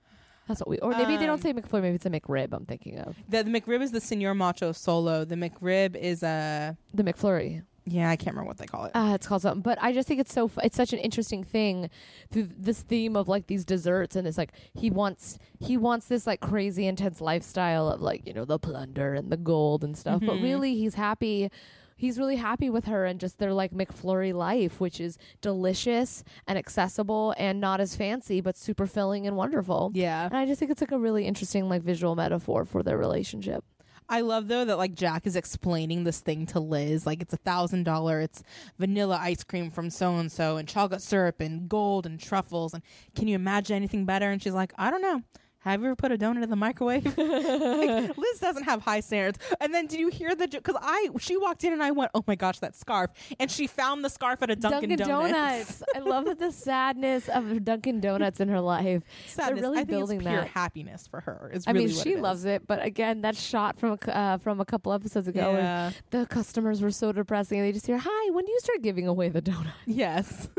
C: That's what we or maybe they
B: Um,
C: don't say McFlurry, maybe it's a McRib I'm thinking of.
B: The, the McRib is the senior macho solo. The McRib is a
C: The McFlurry.
B: yeah. I can't remember what they call it.
C: uh, it's called something. But I just think it's so fu- it's such an interesting thing through this theme of like these desserts and it's like he wants he wants this like crazy intense lifestyle of like you know the plunder and the gold and stuff.
B: Mm-hmm.
C: But really, he's happy. He's really happy with her and just their like McFlurry life, which is delicious and accessible and not as fancy, but super filling and wonderful.
B: yeah,
C: And I just think it's like a really interesting like visual metaphor for their relationship.
B: I love though that like Jack is explaining this thing to Liz. Like it's a thousand dollar, it's vanilla ice cream from so and so and chocolate syrup and gold and truffles and can you imagine anything better? And she's like, I don't know. Have you ever put a donut in the microwave? Like, Liz doesn't have high standards. And then did you hear the because I she walked in and I went, Oh my gosh, that scarf. And she found the scarf at a Dunkin', Donuts.
C: I love that the sadness of Dunkin' Donuts in her life.
B: Sadness.
C: They're really
B: I think
C: building
B: it's pure
C: that.
B: happiness for her. Is
C: I
B: really
C: mean,
B: what
C: she
B: it is.
C: loves it, but again, that shot from a, cou- uh, from a couple episodes ago, where
B: Yeah.
C: the customers were so depressing. and They just hear, "Hi, when do you start giving away the donut?"
B: Yes.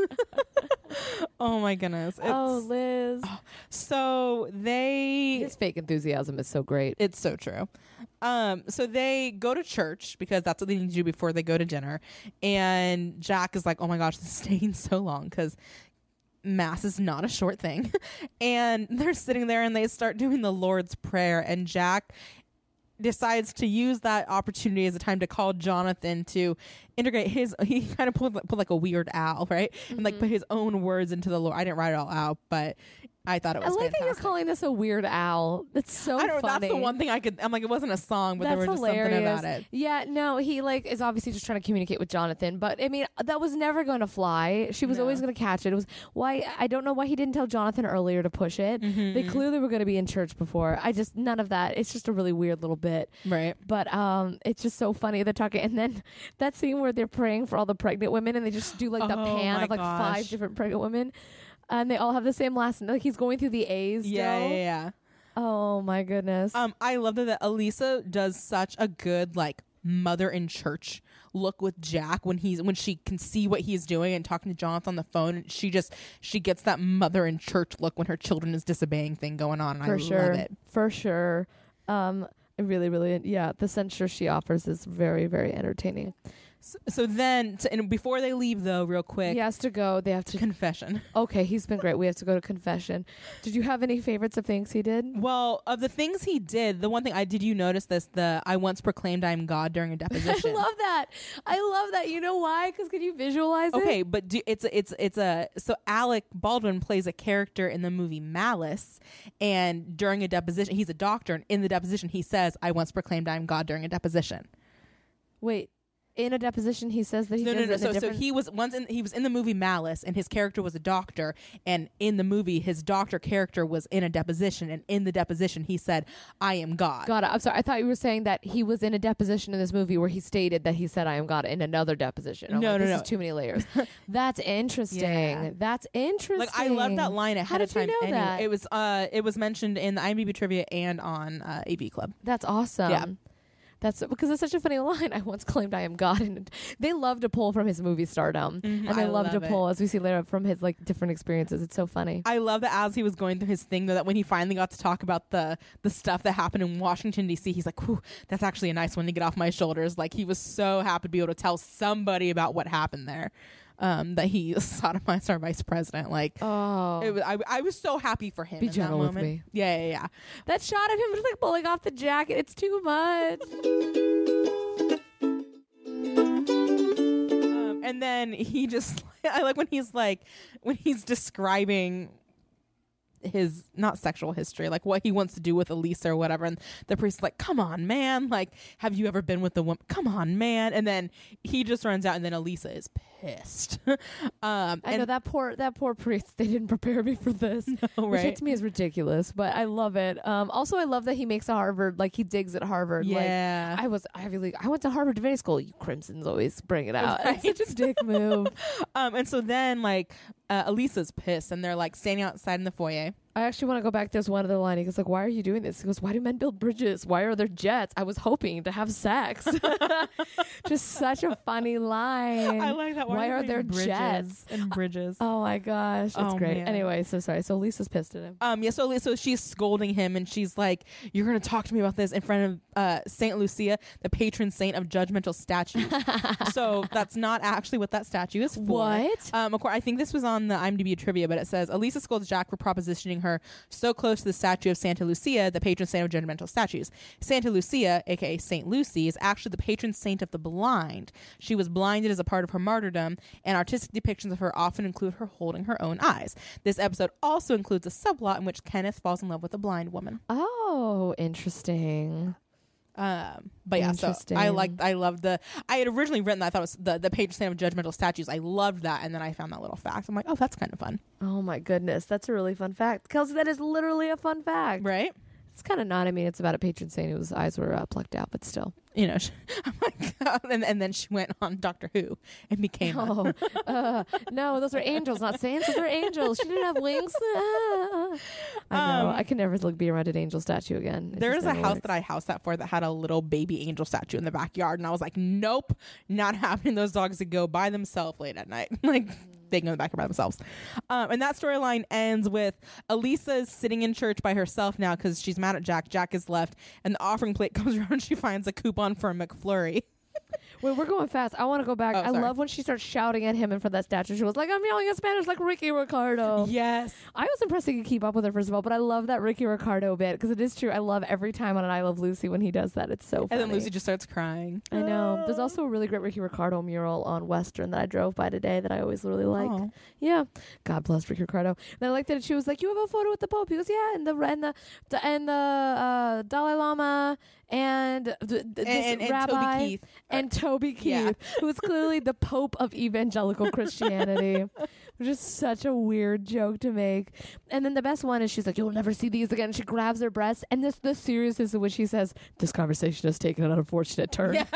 B: oh my goodness. It's,
C: oh, Liz,
B: So they
C: his fake enthusiasm is so great.
B: It's so true. Um, so they go to church because that's what they need to do before they go to dinner. And Jack is like, "Oh my gosh, this is taking so long because mass is not a short thing." and they're sitting there and they start doing the Lord's prayer, and Jack decides to use that opportunity as a time to call Jonathan to integrate his he kind of pulled, put like a weird owl right and
C: Mm-hmm.
B: like put his own words into the Lord I didn't write it all out but I thought it
C: I
B: was
C: like that you're
B: fantastic.
C: calling this a weird owl. That's so
B: I don't.
C: funny.
B: That's the one thing I could. I'm like, it wasn't a song, but
C: That's
B: there was just
C: hilarious.
B: something about it.
C: Yeah, no, he like is obviously just trying to communicate with Jonathan, but I mean that was never going to fly. She was always going to catch it. It was why I don't know why he didn't tell Jonathan earlier to push it.
B: Mm-hmm.
C: They clearly were going to be in church before. I just none of that. It's just a really weird little bit.
B: Right.
C: But um, it's just so funny they're talking, and then that scene where they're praying for all the pregnant women, and they just do like the
B: Oh
C: pan
B: my
C: of like
B: gosh.
C: five different pregnant women, and they all have the same last. Like he's going through the A's.
B: Yeah,
C: still.
B: yeah, yeah.
C: Oh my goodness.
B: Um, I love that, that Elisa does such a good like mother in church look with Jack when he's when she can see what he's doing and talking to Jonathan on the phone. And she just she gets that mother in church look when her children is disobeying thing going on. And I
C: for sure
B: love it.
C: for sure um I really really yeah the censure she offers is very very entertaining
B: So, so then, to, and before they leave though, real quick,
C: He has to go. They have to.
B: confession.
C: okay, he's been great. We have to go to confession. Did you have any favorites of things he did?
B: Well, of the things he did, the one thing I did you notice this the I once proclaimed I am God during a deposition.
C: I love that. I love that. You know why? Because can you visualize it?
B: Okay, but do, it's a- it's it's a so Alec Baldwin plays a character in the movie Malice, and during a deposition, he's a doctor, and in the deposition, he says, "I once proclaimed I am God during a deposition."
C: Wait. In a deposition, he says that he
B: No,
C: does
B: no, no.
C: it in
B: So,
C: a
B: so
C: different.
B: he was once in, he was in the movie Malice, and his character was a doctor, and in the movie, his doctor character was in a deposition, and in the deposition, he said, "I am God."
C: God, I'm sorry. I thought you were saying that he was in a deposition in this movie where he stated that he said, "I am God" in another deposition. I'm
B: No,
C: like,
B: no,
C: this
B: no.
C: Is too many layers. That's interesting.
B: Yeah.
C: That's interesting.
B: Like I love that line ahead
C: How did
B: of time.
C: You know
B: anyway.
C: that?
B: It was uh, it was mentioned in the IMDb trivia and on uh, AV Club.
C: That's awesome.
B: Yeah.
C: That's because that's such a funny line. I once claimed I am God, and they love to pull from his movie stardom, and they
B: Mm-hmm. I
C: love,
B: love
C: to pull as we see later from his like different experiences. It's so funny.
B: I love that as he was going through his thing though, that when he finally got to talk about the the stuff that happened in Washington D.C., he's like, "Whew, that's actually a nice one to get off my shoulders." Like he was so happy to be able to tell somebody about what happened there, um, that he sodomized our vice president. Like,
C: Oh,
B: it was, I, I was so happy for him.
C: Be
B: in
C: gentle
B: that
C: with
B: moment.
C: me.
B: Yeah, yeah, yeah.
C: that shot of him just like pulling off the jacket. It's too much.
B: Um, and then he just, I like when he's like, when he's describing his not sexual history, like what he wants to do with Elisa or whatever. And the priest's like, come on, man. Like, have you ever been with a woman? Come on, man. And then he just runs out, and then Elisa is pissed. um,
C: I
B: and
C: know that poor that poor priest. They didn't prepare me for this.
B: No,
C: Which
B: right.
C: to me is ridiculous, but I love it. Um, also, I love that he makes a Harvard like he digs at Harvard.
B: Yeah.
C: like, I was Ivy League. I went to Harvard Divinity School. You crimsons always bring it out.
B: Right.
C: It's such a dick move.
B: um, and so then, like, uh, Elisa's pissed, and they're like standing outside in the foyer.
C: I actually want to go back. There's one other line. He goes like, "Why are you doing this?" He goes, "Why do men build bridges? Why are there jets? I was hoping to have sex." Just such a funny line. Why are there jets?
B: and bridges?
C: Oh my gosh, it's
B: Oh,
C: great.
B: man.
C: Anyway, so sorry. So Lisa's pissed at him.
B: Um, yeah, so, Lee- so she's scolding him and she's like, You're going to talk to me about this in front of uh, St. Lucia, the patron saint of judgmental statues. so that's not actually what that statue is for.
C: What?
B: Um, of course, I think this was on the IMDb trivia, but it says Elisa scolds Jack for propositioning her so close to the statue of Santa Lucia, the patron saint of judgmental statues. Santa Lucia, aka Saint Lucy, is actually the patron saint of the blind. She was blinded as a part of her martyrdom, and artistic depictions of her often include her holding her own eyes. This episode also includes a subplot in which Kenneth falls in love with a blind woman.
C: Oh, interesting.
B: Um, but yeah, so I
C: Interesting.
B: like I loved the. I had originally written that I thought it was the the patron saint of judgmental statues. I loved that, and then I found that little fact. I'm like, oh, that's kind of fun,
C: Oh my goodness, that's a really fun fact, Kelsey. That is literally a fun fact.
B: right?
C: It's kind of not. I mean, it's about a patron saint whose eyes were uh, plucked out, but still.
B: you know, she, I'm like, and, and then she went on Doctor Who and became. a-
C: Oh, uh, no, those are angels, not saints. Those are angels. She didn't have wings. Ah. I know.
B: Um,
C: I can never like be around an angel statue again. It
B: there
C: just
B: was a
C: never
B: house
C: works.
B: that I house sat for that had a little baby angel statue in the backyard, and I was like, nope, not having those dogs to go by themselves late at night. like, they can go in the backyard by themselves. Um, and that storyline ends with Elisa is sitting in church by herself now because she's mad at Jack. Jack is left, and the offering plate comes around, and she finds a coupon for a McFlurry.
C: Wait, we're going fast. I want to go back.
B: Oh,
C: I
B: sorry.
C: love when she starts shouting at him in front of that statue. She was like, "I'm yelling in Spanish like Ricky Ricardo."
B: Yes.
C: I was impressed he could keep up with her first of all, but I love that Ricky Ricardo bit because it is true. I love every time on an I Love Lucy when he does that. It's so.
B: And
C: Funny.
B: then Lucy just starts crying.
C: I know.
B: Uh.
C: There's also a really great Ricky Ricardo mural on Western that I drove by today that I always really like.
B: Oh.
C: Yeah. God bless Ricky Ricardo. And I like that she was like, "You have a photo with the Pope." He goes, "Yeah," and the and the and the uh, Dalai Lama and th- th- this
B: And- and- and Toby
C: rabbi
B: Keith.
C: and Toby Keith,
B: Yeah.
C: who is clearly the Pope of evangelical Christianity, which is such a weird joke to make. And then the best one is she's like, "You'll never see these again." She grabs her breasts, and this the seriousness in which she says, "This conversation has taken an unfortunate turn."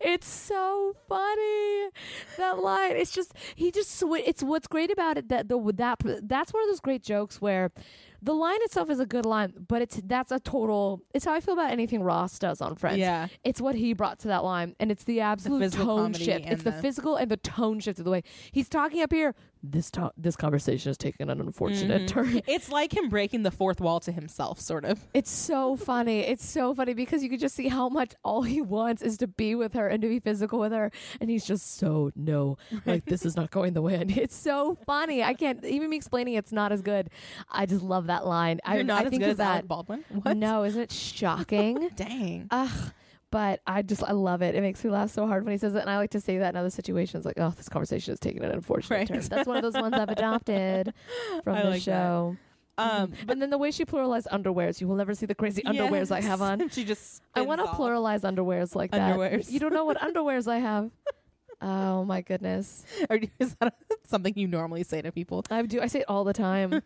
C: It's so funny that line. It's just he just sw- it's what's great about it that the that that's one of those great jokes where the line itself is a good line, but it's that's a total. It's how I feel about anything Ross does on Friends.
B: Yeah.
C: it's what he brought to that line, and it's the absolute
B: physical
C: tone
B: comedy
C: shift. It's
B: and
C: the,
B: the-
C: physical and the tone shift of the way he's talking up here. This to- this conversation is taking an unfortunate turn.
B: It's like him breaking the fourth wall to himself, sort of.
C: It's so funny. It's so funny because you could just see how much all he wants is to be with her and to be physical with her. And he's just so no, like this is not going the way I need. It's so funny. I can't even me explaining it's not as good. I just love that line. I,
B: You're not
C: I
B: as
C: think
B: good
C: of
B: as
C: that.
B: Alec Baldwin. What?
C: No, isn't it shocking?
B: Dang.
C: Ugh. But I just I love it. It makes me laugh so hard when he says it, and I like to say that in other situations, like, "Oh, this conversation is taking an unfortunate
B: Right.
C: turn." That's one of those ones I've adopted from
B: I
C: the
B: like that.
C: show. Mm-hmm.
B: Um,
C: and then the way she pluralized underwears, you will never see the crazy underwears I have on.
B: she just.
C: I want to pluralize underwears like that.
B: Underwears.
C: You don't know what underwears I have. Oh my goodness.
B: Or is that something you normally say to people?
C: I do. I say it all the time.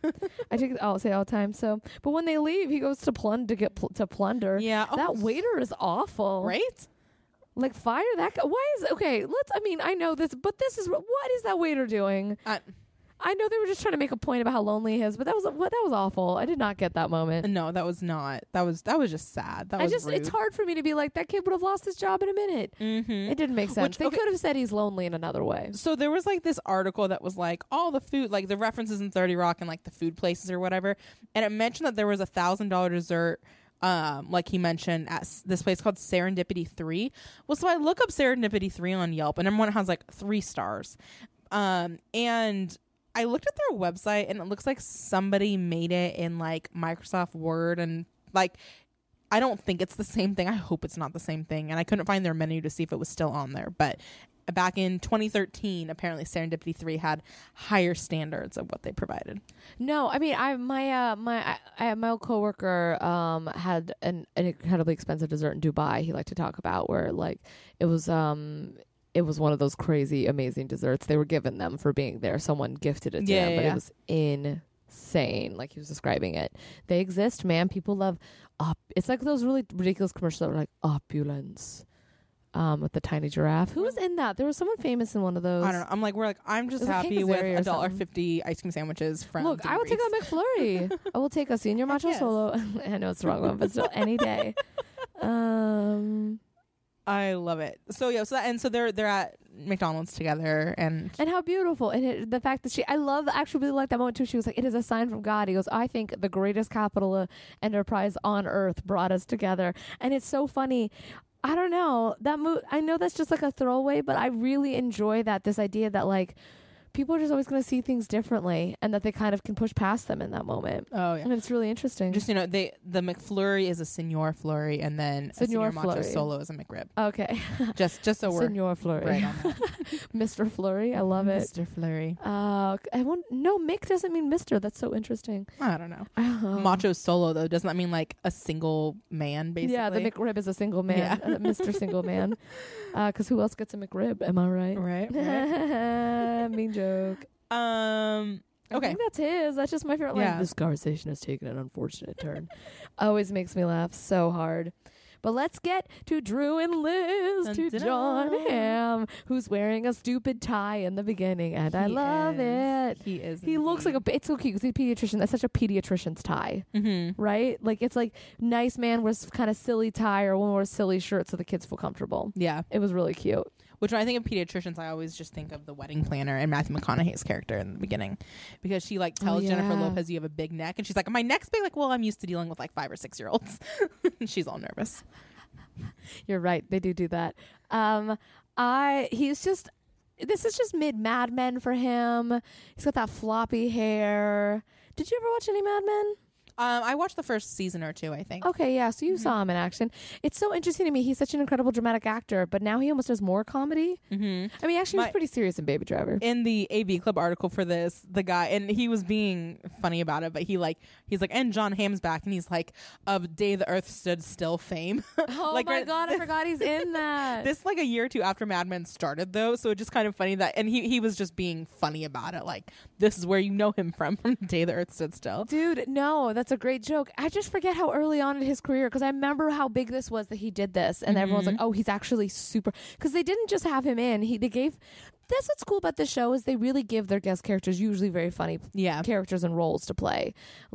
C: I take. I'll say it all the time. So, but when they leave, he goes to plunder to get pl- to plunder.
B: Yeah.
C: That
B: Oh,
C: waiter is awful.
B: Right?
C: Like fire that guy. Why is okay? Let's. I mean, I know this, but this is what is that waiter doing?
B: Uh,
C: I know they were just trying to make a point about how lonely he is, but that was what that was awful. I did not get that moment.
B: no, that was not. That was that was just sad. That
C: I
B: was
C: just
B: rude. Mm-hmm.
C: it's hard for me to be like that kid would have lost his job in a minute. It didn't make sense. they
B: okay.
C: could have said he's lonely in another way.
B: so there was like this article that was like all the food like the references in 30 rock and like the food places or whatever and it mentioned that there was a thousand dollar dessert um like he mentioned at s- this place called serendipity 3 well so i look up serendipity 3 on yelp and everyone has like three stars um and i looked at their website and it looks like somebody made it in like microsoft word and like I don't think it's the same thing. I hope it's not the same thing. And I couldn't find their menu to see if it was still on there. But back in 2013, apparently Serendipity 3 had higher standards of what they provided.
C: No, I mean, I my uh, my I, I, my old coworker um had an, an incredibly expensive dessert in Dubai. He liked to talk about where like it was um it was one of those crazy amazing desserts they were given them for being there. Someone gifted it to
B: Yeah,
C: them,
B: yeah,
C: but
B: yeah.
C: it was insane. Like he was describing it, they exist, man. People love op. It's like those really ridiculous commercials that were like opulence. Um, with the tiny giraffe. Who was in that? There was someone famous in one of those.
B: Mm. I don't know. I'm like, we're like, I'm just
C: It was like
B: happy
C: Hank
B: with
C: Azaria or
B: a dollar
C: something.
B: fifty ice cream sandwiches from.
C: Look, I will take
B: Dingry's.
C: a McFlurry. I will take a senior matcha
B: yes.
C: solo. I know it's the wrong one, but still any day. Um,
B: I love it. So yeah, so that, and so they're they're at McDonald's together, and
C: and how beautiful! And it, the fact that she, I love, I actually really like that moment too. She was like, "It is a sign from God." He goes, "I think the greatest capital uh, enterprise on earth brought us together," and it's so funny. I don't know that move. I know that's just like a throwaway, but I really enjoy that this idea that like people are just always going to see things differently, and that they kind of can push past them in that moment.
B: oh yeah.
C: And it's really interesting.
B: Just you know, they the McFlurry is a Senor Flurry, and then a
C: Senor
B: Senor Macho
C: Flurry.
B: Solo is a McRib.
C: okay.
B: Just just so we're
C: Senor Flurry.
B: right on that.
C: Mr. Flurry. I love it.
B: Mr. Flurry.
C: Uh, I won't. No, Mick doesn't mean Mr. That's so interesting.
B: I don't know.
C: Um,
B: macho solo though doesn't that mean like a single man basically
C: Yeah, the McRib is a single man.
B: Yeah.
C: Uh, Mr. Single Man. Because who else gets a McRib? Am I right?
B: right,
C: mean joke.
B: um
C: I
B: okay
C: think that's his. That's just my favorite line.
B: Yeah.
C: This conversation has taken an unfortunate turn. Always makes me laugh so hard. But let's get to Drew and Liz,
B: Dun,
C: to
B: dun,
C: John
B: dun.
C: Ham, who's wearing a stupid tie in the beginning, and I
B: He is-
C: love it.
B: he is
C: He looks like a. It's so cute. 'cause He's a pediatrician. That's such a pediatrician's tie,
B: mm-hmm.
C: right? Like it's like nice man wears kind of silly tie or one wears silly shirt so the kids feel comfortable.
B: yeah
C: It was really cute.
B: which when i think of pediatricians i always just think of the wedding planner and matthew mcconaughey's character in the beginning because she like tells jennifer
C: Oh, yeah.
B: lopez you have a big neck and she's like my neck's big like well i'm used to dealing with like five or six year olds And she's all nervous
C: You're right. They do do that. Um, I he's just this is just mid Mad Men for him. He's got that floppy hair. Did you ever watch any Mad Men?
B: um i watched the first season or two i think
C: Okay, yeah. So you saw him in action. It's so interesting to me. He's such an incredible dramatic actor, but now he almost does more comedy.
B: mm-hmm.
C: I mean, actually, he
B: My-
C: was pretty serious in Baby Driver.
B: in the AV Club article for this, the guy and he was being funny about it, but he like he's like, and John Hamm's back, and he's like, of day the earth stood still fame.
C: Oh
B: Like,
C: my
B: right-
C: god, I forgot he's in that.
B: this like a year or two after Mad Men started though, so it's just kind of funny that and he he was just being funny about it, like this is where you know him from from the day the earth stood still.
C: Dude, no, that's a great joke. I just forget how early on in his career because I remember how big this Mm-hmm. was that he did this, and everyone's like, "Oh, he's actually super." Because they didn't just have him in; he they gave that's what's cool about the show is they really give their guest characters usually very funny
B: Yeah.
C: characters and roles to play.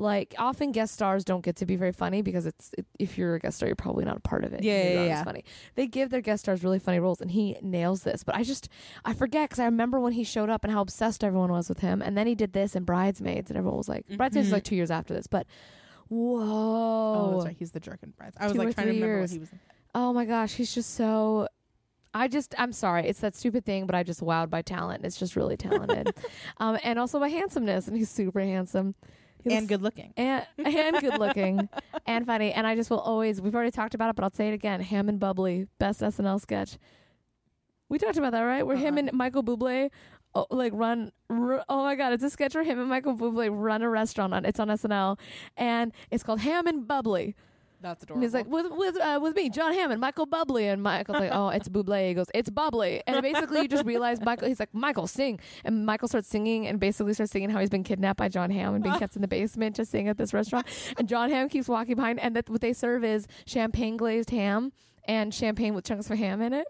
C: Like often guest stars don't get to be very funny because it's it, if you're a guest star, you're probably not a part of it.
B: Yeah,
C: You're
B: yeah,
C: not as
B: yeah.
C: Funny. They give their guest stars really funny roles, and he nails this. But I just I forget because I remember when he showed up and how obsessed everyone was with him, and then he did this in Bridesmaids, and everyone was like, Bridesmaids is like two years after this, but whoa,
B: Mm-hmm. Oh, that's right. He's the jerk in Brides. I was
C: Two or
B: like trying to
C: three
B: remember
C: years.
B: what he was. in.
C: Oh my gosh, he's just so. I just, I'm sorry, it's that stupid thing, but I just wowed by talent. It's just really talented, um, and also by handsomeness, and he's super handsome He
B: And
C: looks-
B: good looking.
C: and and good looking and funny. And I just will always. We've already talked about it, but I'll say it again. Ham and Bubbly, best SNL sketch. We talked about that, right? Where him and Michael Bublé, oh, like run. ru- oh my God, it's a sketch where him and Michael Bublé run a restaurant on. It's on SNL, and it's called Ham and Bubbly.
B: That's adorable.
C: And he's like, with with uh, with me, John Hammond, Michael Bubbly, and Michael's like, oh, it's Bublé. He goes, it's Bubbly, and basically you just realize Michael. He's like, Michael, sing, and Michael starts singing, and basically starts singing how he's been kidnapped by John Hammond, being kept in the basement to sing at this restaurant, and John Hammond keeps walking behind, and that what they serve is champagne glazed ham and champagne with chunks of ham in it.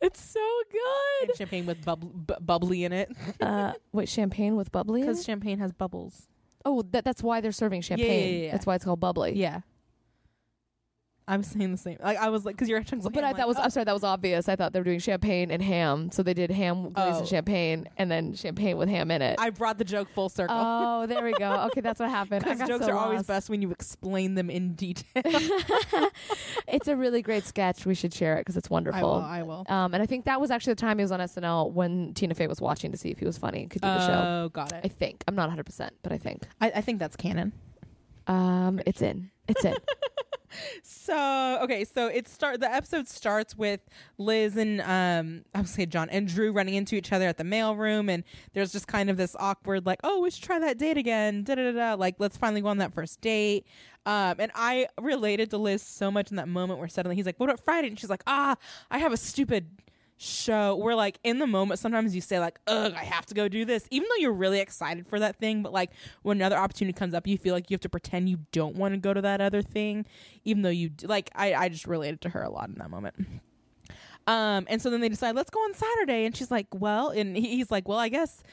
C: It's so good.
B: And champagne with bub- bu- bubbly in it
C: Uh, wait, champagne with bubbly? in it?
B: because champagne has bubbles.
C: Oh, that, that's why they're serving
B: yeah,
C: champagne.
B: yeah.
C: That's why it's called bubbly.
B: Yeah. I'm saying the same. Like I was like, because your action's like, oh,
C: But I,
B: I'm
C: that was
B: like,
C: I'm sorry, that was obvious. I thought they were doing champagne and ham, so they did ham glaze
B: Oh.
C: and champagne, and then champagne with ham in it.
B: oh, I brought the joke full circle.
C: oh, there we go. Okay, that's what happened. I
B: Because
C: got
B: jokes
C: so
B: are always
C: lost.
B: best when you explain them in detail.
C: It's a really great sketch. We should share it because it's wonderful.
B: I will. I will.
C: Um, and I think that was actually the time he was on SNL when Tina Fey was watching to see if he was funny and could do the show.
B: Oh, got
C: I
B: it.
C: think I'm not 100, percent but I think
B: I, I think that's canon.
C: um, it's in. It's in.
B: So okay, so it start the episode starts with Liz and um I would say John and Drew running into each other at the mailroom, and there's just kind of this awkward like, oh, we should try that date again, da da da, da. like let's finally go on that first date. Um, and I related to Liz so much in that moment where suddenly he's like, what about Friday? And she's like, ah, I have a stupid show where like in the moment sometimes you say like ugh i have to go do this even though you're really excited for that thing but like when another opportunity comes up you feel like you have to pretend you don't want to go to that other thing even though you d- like i, I just related to her a lot in that moment um and so then they decide let's go on saturday and she's like well and he- he's like well i guess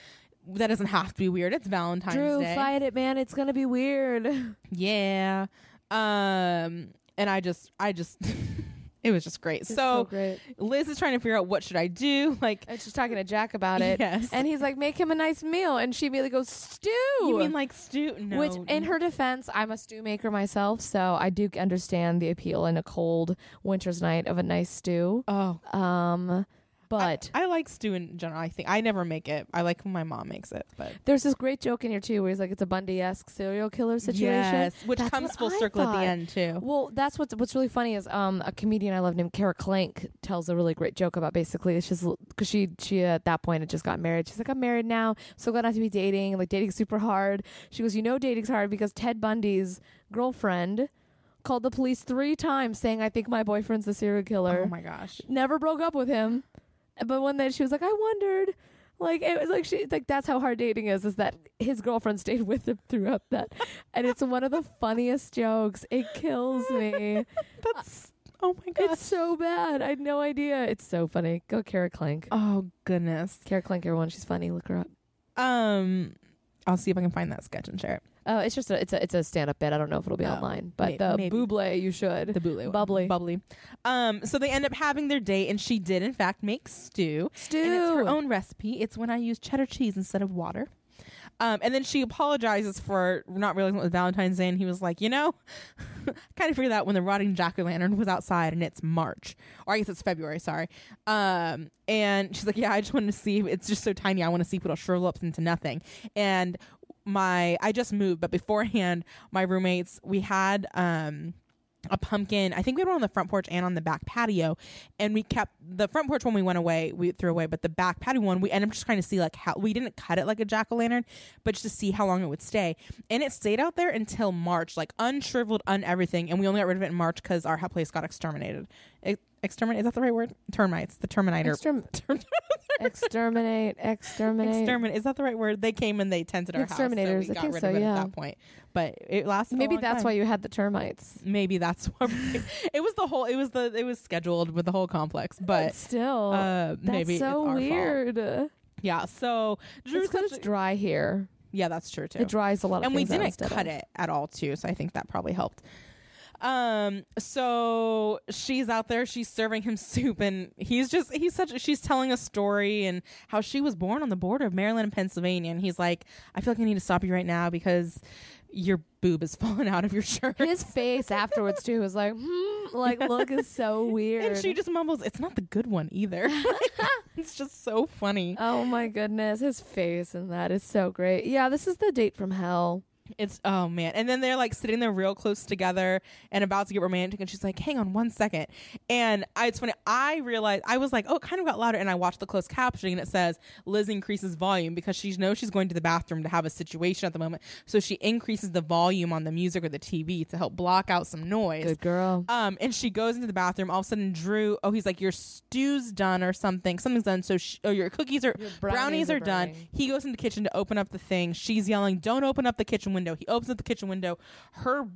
B: that doesn't have to be weird it's valentine's
C: Drew,
B: day
C: fight it, man. It's gonna be weird.
B: yeah um and i just i just it was just great so,
C: great.
B: liz is trying to figure out what should i do like
C: And she's talking to Jack about it.
B: Yes.
C: And he's like, make him a nice meal. And she immediately goes, stew.
B: You mean like stew? No.
C: Which, in her defense, I'm a stew maker myself, so I do understand the appeal in a cold winter's night of a nice stew.
B: oh,
C: Um, but
B: I like stew in general. I think I never make it. I like when my mom makes it, but
C: there's this great joke in here too, where he's like, it's a Bundy-esque serial killer situation,
B: which
C: That's
B: comes
C: what
B: full
C: I
B: circle at
C: thought.
B: the end too.
C: Well, that's what's what's really funny is um a comedian I love named Kara Clank tells a really great joke about basically it's just because she she at that point had just got married. She's like, I'm married now, so glad not to be dating. Like dating's super hard. She goes, you know, dating's hard because Ted Bundy's girlfriend called the police three times saying, I think my boyfriend's the serial killer.
B: Oh my gosh!
C: Never broke up with him, but one day she was like, I wondered. Like it was like she like that's how hard dating is is that his girlfriend stayed with him throughout that, and it's one of the funniest jokes. It kills me.
B: That's oh my gosh!
C: It's so bad. I had no idea. It's so funny. Go Kara Clank.
B: oh goodness.
C: Kara Clank, everyone. She's funny. Look her up.
B: Um, I'll see if I can find that sketch and share it.
C: Oh, it's just a it's a it's a stand up bit. I don't know if it'll be
B: Oh,
C: online, but
B: may-
C: the
B: maybe.
C: Buble you should.
B: The bubbly, one.
C: Bubbly.
B: bubbly. Um, so they end up having their date, and she did in fact make stew. And it's her own recipe. It's when I use cheddar cheese instead of water. Um, and then she apologizes for not realizing what was Valentine's Day, and he was like, you know, kind of figured that when the rotting jack o' lantern was outside, and it's March, or I guess it's February. Sorry. Um, and she's like, yeah, I just wanted to see. if- It's just so tiny. I want to see if it'll shrivel up into nothing. And my, I just moved, but beforehand, my roommates, we had um a pumpkin. I think we had one on the front porch and on the back patio. And we kept the front porch one we went away, we threw away, but the back patio one, we ended up just trying to see like how we didn't cut it like a jack o' lantern, but just to see how long it would stay. And it stayed out there until March, like unshriveled, un everything. And we only got rid of it in March because our E, place got exterminated. Ex- exterminate is that the right word? Termites, the terminator.
C: Exterm-
E: Exterminate, exterminate.
B: Extermin is that the right word? They came and they tented our
E: Exterminators,
B: house. So
E: I
B: we
E: think
B: got rid
E: so,
B: of it
E: yeah.
B: at that point. But it lasted.
E: Maybe that's why you had the termites.
B: Maybe that's why. it was the whole. It was the. It was scheduled with the whole complex. But
E: still,
B: uh,
E: that's
B: maybe it's
E: so
B: our fault.
E: weird.
B: yeah. So Drew's
C: It's because
B: such
C: it's
B: a-
C: dry here.
B: yeah, that's true too.
E: It dries a lot of
B: and we
E: things out
B: didn't
E: instead
B: cut
E: of-
B: it at all too so i think that probably helped um so she's out there she's serving him soup and he's just he's such she's telling a story and how she was born on the border of maryland and pennsylvania and he's like i feel like i need to stop you right now because your boob is falling out of your shirt
C: His face afterwards too was like, hmm, like look is so weird.
B: and she just mumbles it's not the good one either it's just so funny
C: Uh,
E: Oh my goodness, his face and that is so great. Yeah, this is the date from hell.
B: It's oh man. And then they're like sitting there real close together and about to get romantic and she's like, "Hang on one second. And I, it's funny. I realized I was like, "Oh, it kind of got louder." And I watched the closed captioning and it says, "Liz increases volume because she knows she's going to the bathroom to have a situation at the moment." So she increases the volume on the music or the TV to help block out some noise.
C: good girl.
B: Um, and she goes into the bathroom. All of a sudden, Drew, oh, he's like, your stew's done or something. Something's done. So, she, oh, your cookies are, brownies,
C: brownies
B: are,
C: are
B: done.
C: burning.
B: He goes in the kitchen to open up the thing. She's yelling, don't open up the kitchen window. He opens up the kitchen window. Her,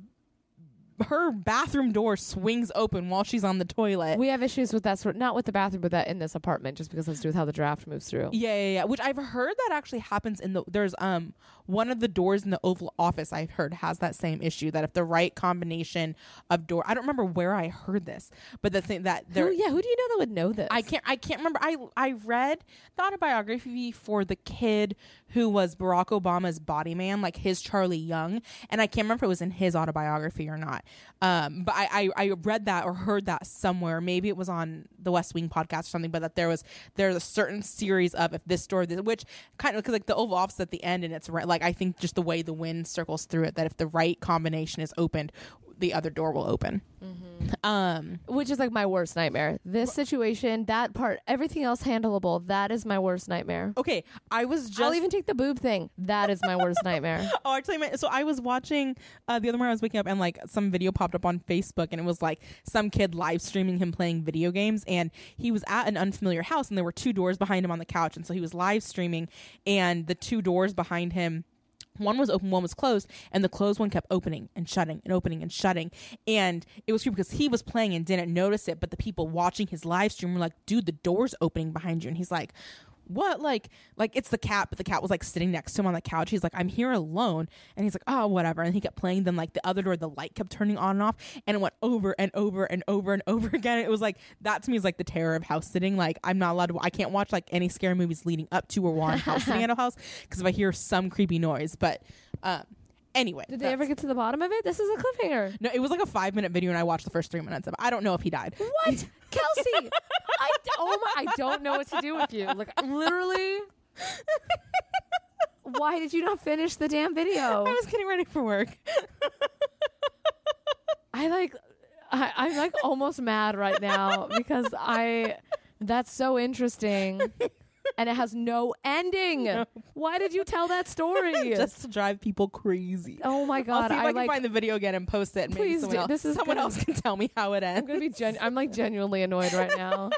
B: her bathroom door swings open while she's on the toilet.
C: We have issues with that sort, not with the bathroom, but that in this apartment, just because it has to do with how the draft moves through.
B: yeah, yeah, yeah. Which I've heard that actually happens in the there's um one of the doors in the Oval Office I've heard has that same issue that if the right combination of door I don't remember where I heard this, but the thing that there
C: Who, Oh, yeah, who do you know that would know this?
B: I can't. I can't remember. I I read the autobiography for the kid who was Barack Obama's body man, like his Charlie Young, and I can't remember if it was in his autobiography or not. Um, but I, I I read that or heard that somewhere. Maybe it was on the West Wing podcast or something. But that there was there's a certain series of if this door, this, which kind of because like the Oval Office at the end, and it's right. Like I think just the way the wind circles through it, that if the right combination is opened, the other door will open. Um.
C: Which is like my worst nightmare. This situation, that part, everything else handleable. That is my worst nightmare.
B: Okay, I was Oh, just
C: I'll even take the boob thing. That is my worst nightmare.
B: Oh, actually, my, so I was watching uh, the other morning. I was waking up and like some video popped up on Facebook, and it was like some kid live streaming him playing video games, and he was at an unfamiliar house, and there were two doors behind him on the couch, and so he was live streaming, and the two doors behind him. One was open, one was closed, and the closed one kept opening and shutting and opening and shutting. And it was creepy because he was playing and didn't notice it, but the people watching his live stream were like, dude, the door's opening behind you. And he's like, what like like it's the cat but the cat was like sitting next to him on the couch he's like i'm here alone and he's like oh whatever and he kept playing then like the other door the light kept turning on and off and it went over and over and over and over again it was like that to me is like the terror of house sitting like i'm not allowed to i can't watch like any scary movies leading up to or while i'm house sitting at a house because if i hear some creepy noise but um anyway
C: Did they ever get to the bottom of it? This is a cliffhanger.
B: no it was like a five minute video and i watched the first three minutes of it i don't know if he died
C: What, Kelsey? I d- oh my! I don't know what to do with you. Like literally. Why did you not finish the damn video?
B: i was getting ready for work
C: I like I, I'm like almost mad right now because I that's so interesting. And it has no ending. Why did you tell that story?
B: just to drive people crazy
C: oh my god!
B: I'll see if I,
C: I,
B: can
C: like.
B: find the video again and post it. And maybe
C: Please
B: someone,
C: do.
B: else,
C: This is
B: someone
C: gonna-
B: else can tell me how it
C: I'm
B: ends.
C: gonna be. Gen- I'm like genuinely annoyed right now.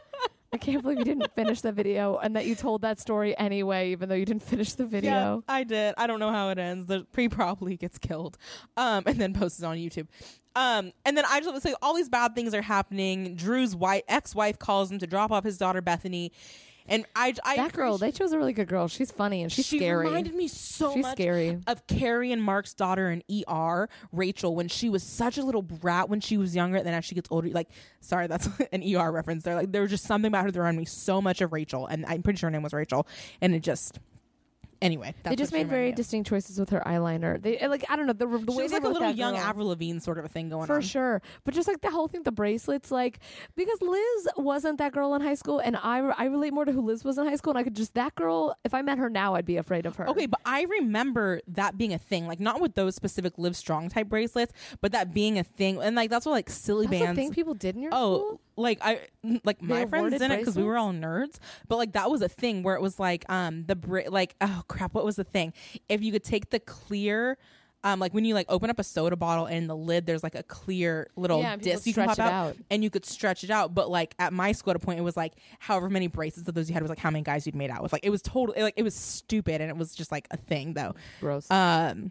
C: I can't believe you didn't finish the video and that you told that story anyway, even though you didn't finish the video.
B: I did. I don't know how it ends. The pre probably gets killed, um, and then posts it on YouTube. Um, and then I just want to say all these bad things are happening. Drew's wife, ex-wife, calls him to drop off his daughter Bethany, and I, I
C: That girl, they chose a really good girl. She's funny and she's
B: she
C: scary.
B: reminded me so
C: She's
B: much
C: scary.
B: of Carrie and Mark's daughter in ER, Rachel, when she was such a little brat when she was younger. And then as she gets older, like, sorry, that's an ER reference there. Like, there was just something about her that reminded me so much of Rachel. And I'm pretty sure her name was Rachel. And it just, anyway. That's
C: they just
B: what she
C: made very
B: reminded me of.
C: distinct choices with her eyeliner. They like I don't know the, the
B: She
C: way
B: was
C: they
B: like a
C: wrote
B: little
C: that
B: young
C: girl.
B: Avril Lavigne sort of a thing going
C: For
B: on.
C: sure. But just like the whole thing, the bracelets, like, because Liz wasn't that girl in high school, and I, I relate more to who Liz was in high school, and I could just, that girl, if I met her now, I'd be afraid of her.
B: Okay, but I remember that being a thing, like not with those specific Live Strong type bracelets, but that being a thing, and like that's what like silly
C: That's the
B: bands.
C: thing people did in your
B: oh
C: school?
B: like i like my friends
C: awarded
B: didn't because we were
C: bracelets?
B: all nerds but like that was a thing where it was like um the bra- like oh crap what was the thing if you could take the clear um, like when you like open up a soda bottle and the lid, there's like a clear little
C: Yeah, and people
B: disc you can
C: stretch
B: pop
C: it
B: out,
C: out.
B: and you could stretch it out. But like at my school at a point, it was like however many bracelets of those you had was like how many guys you'd made out with. Like it was totally like it was stupid, and it was just like a thing though.
C: Gross.
B: Um,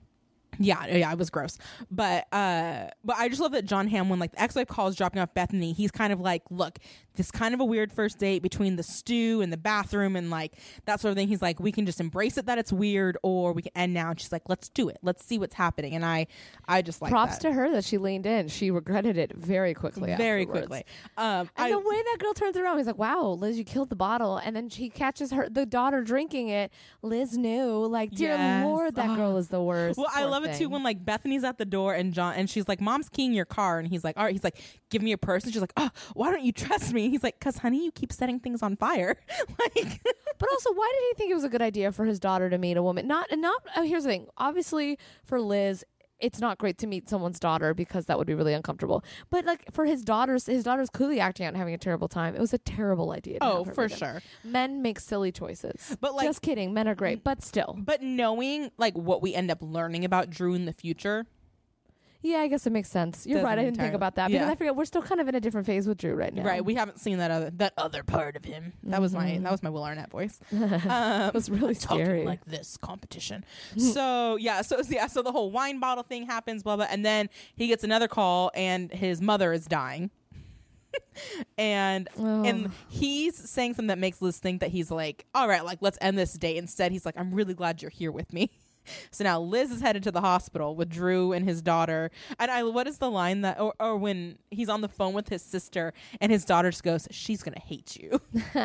B: yeah, yeah, it was gross. But uh but I just love that John Hamm, when like the ex-wife calls dropping off Bethany, he's kind of like, look, this kind of a weird first date between the stew and the bathroom and like that sort of thing. He's like, we can just embrace it that it's weird, or we can end now. And she's like, let's do it. Let's see what's happening. And I I just like
C: Props
B: that.
C: to her that she leaned in. She regretted it very quickly.
B: very
C: afterwards.
B: quickly. Um
C: And
B: I,
C: the way that girl turns around, he's like, "Wow, Liz, you killed the bottle." And then she catches her the daughter drinking it. Liz knew, like, dear
B: Yes.
C: lord, that
B: Ah.
C: girl is the worst.
B: Well, I
C: Poor
B: love it too
C: thing.
B: when like Bethany's at the door and John and she's like, "Mom's keying your car," and he's like, "All right." He's like, "Give me your purse," and she's like, "Oh, why don't you trust me?" He's like, "Cause honey, you keep setting things on fire." like,
C: But also, why did he think it was a good idea for his daughter to meet a woman? Not, and not. oh, here's the thing. Obviously, for Liz, it's not great to meet someone's daughter because that would be really uncomfortable. But like for his daughters, his daughter's clearly acting out and having a terrible time. It was a terrible idea. to
B: Oh,
C: have her
B: for
C: meet him.
B: sure.
C: Men make silly choices.
B: But, like-
C: just kidding. Men are great, but still.
B: but knowing like what we end up learning about Drew in the future,
C: Yeah, I guess it makes sense. You're
B: Doesn't
C: right. I didn't think
B: entirely-
C: about that because
B: Yeah.
C: I forget we're still kind of in a different phase with Drew right now.
B: right? We haven't seen that other that other part of him. That was
C: Mm-hmm.
B: my that was my Will Arnett voice. Um,
C: It was really
B: talking
C: scary.
B: like this competition. so yeah, so yeah, so the whole wine bottle thing happens, blah blah, and then he gets another call, and his mother is dying. and and he's saying something that makes Liz think that he's like, all right, like let's end this date. Instead, he's like, I'm really glad you're here with me. So now Liz is headed to the hospital with Drew and his daughter. And I, what is the line that, or, or when he's on the phone with his sister and his daughter just goes, "She's gonna hate you."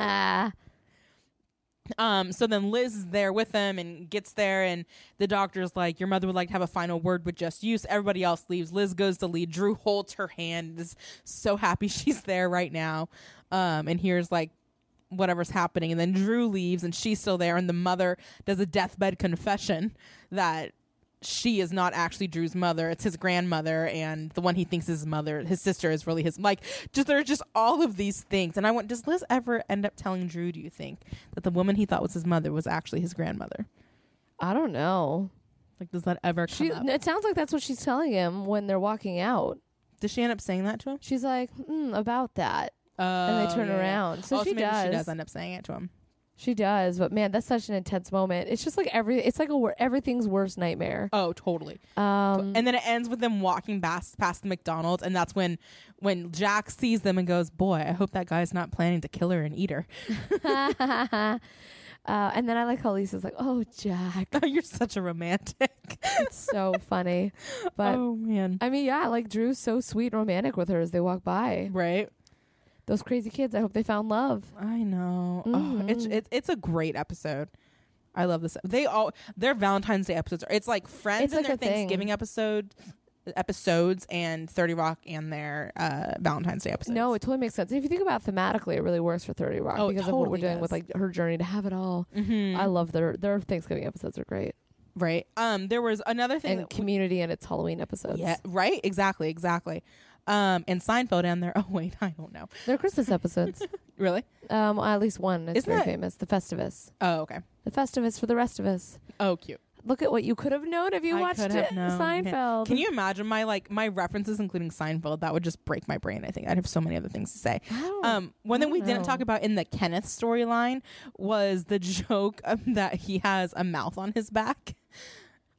B: Um, so then Liz is there with them and gets there, and the doctor's like, Your mother would like to have a final word with just you. So everybody else leaves. Liz goes to lead. Drew holds her hand, is so happy she's there right now. Um, and here's like whatever's happening. And then Drew leaves, and she's still there. And the mother does a deathbed confession that she is not actually Drew's mother. It's his grandmother, and the one he thinks is his mother, his sister is really his. Like, just there are just all of these things. And I want, does Liz ever end up telling Drew, do you think, that the woman he thought was his mother was actually his grandmother?
C: I don't know.
B: Like, does that ever come
C: She.
B: up?
C: It sounds like that's what she's telling him when they're walking out.
B: does she end up saying that to him?
C: She's like, mm, about that. they
B: Oh,
C: turn around. So
B: Oh,
C: she
B: maybe
C: does.
B: she does end up saying it to him.
C: She does, but man, that's such an intense moment. It's just like every. It's like a wor- everything's worst nightmare.
B: Oh, totally.
C: Um,
B: and then it ends with them walking past past the McDonald's, and that's when when Jack sees them and goes, "Boy, I hope that guy's not planning to kill her and eat her."
C: uh, and then I like how Lisa's like, "Oh, Jack,
B: You're such a romantic.
C: it's so funny." But
B: oh man,
C: I mean, yeah, like Drew's so sweet, and romantic with her as they walk by.
B: right?
C: Those crazy kids. I hope they found love.
B: I know. Oh, it's
C: Mm-hmm.
B: it's it's a great episode. I love this. They all their Valentine's Day episodes. are It's like Friends
C: It's
B: and
C: like
B: their
C: a thing.
B: Thanksgiving episode episodes, and Thirty Rock and their uh, Valentine's Day episodes.
C: No, it totally makes sense. If you think about it thematically, it really works for Thirty Rock
B: Oh, it
C: because of what we're
B: totally
C: doing with
B: does. Mm-hmm.
C: like her journey to have it all. I love their their Thanksgiving episodes are great
B: right. Um, there was another thing.
C: and
B: that-
C: Community and its Halloween episodes.
B: yeah, right. Exactly. Exactly. Um, and Seinfeld and there. Oh wait, I don't know.
C: they're Christmas episodes.
B: Really?
C: Um, at least one. It's
B: Isn't
C: very
B: that-
C: famous. The Festivus.
B: Oh okay.
C: The Festivus for the rest of us.
B: Oh cute.
C: Look at what you could have known if you
B: I
C: watched
B: could
C: it.
B: have known.
C: Seinfeld.
B: Can you imagine my like my references, including Seinfeld? That would just break my brain. I think I'd have so many other things to say.
C: Oh,
B: Um, one thing we didn't
C: know.
B: talk about in the Kenneth storyline was the joke um, that he has a mouth on his back.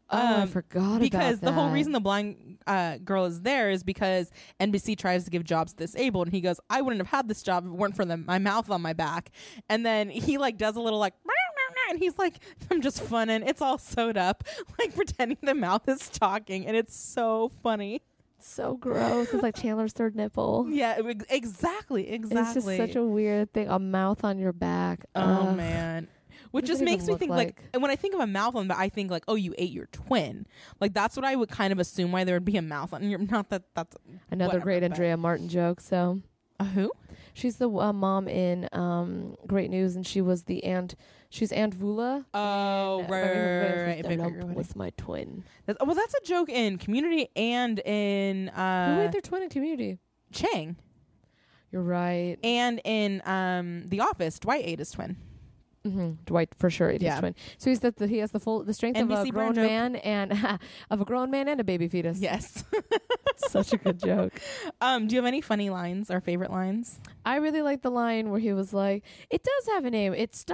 C: Oh, I
B: um,
C: forgot
B: because
C: about
B: the whole
C: that.
B: reason the blind uh, girl is there is because NBC tries to give jobs to disabled, and he goes, "I wouldn't have had this job if it weren't for the, my mouth on my back." And then he like does a little like, "Meow, meow, meow," and he's like, "I'm just funning. It's all sewed up, like pretending the mouth is talking, and it's so funny."
C: so gross. It's like Chandler's third nipple.
B: Yeah, ex- exactly, exactly.
C: It's just such a weird thing. A mouth on your back.
B: Oh
C: Ugh.
B: man. Which
C: What does
B: just
C: it
B: makes
C: even
B: me
C: look
B: think like,
C: like?
B: and when I think of a mouth on, but I think like, oh, you ate your twin. Like that's what I would kind of assume why there would be a mouth on your. Not that that's
C: Another
B: whatever,
C: great
B: but-
C: Andrea Martin joke. So
B: a who.
C: she's the uh, mom in um, Great News, and she was the aunt. She's Aunt Vula.
B: Oh
C: And
B: right,
C: Barry
B: right, right, right,
C: McGrath was the
B: right,
C: lump
B: right, right.
C: was my twin.
B: That's- oh, Well, that's a joke in Community and in
C: oh,
B: uh,
C: wait, they're twin in Community.
B: Chang
C: You're right.
B: and in um, The Office. Dwight ate his twin.
C: Mhm. Dwight for sure it is
B: Yeah.
C: twin. So he's the, the he has the full the strength of a
B: NBC
C: grown
B: burn joke.
C: man and of a grown man and a baby fetus.
B: Yes.
C: such a good joke.
B: um, do you have any funny lines or favorite lines?
C: I really like the line where he was like, "It does have a name. It's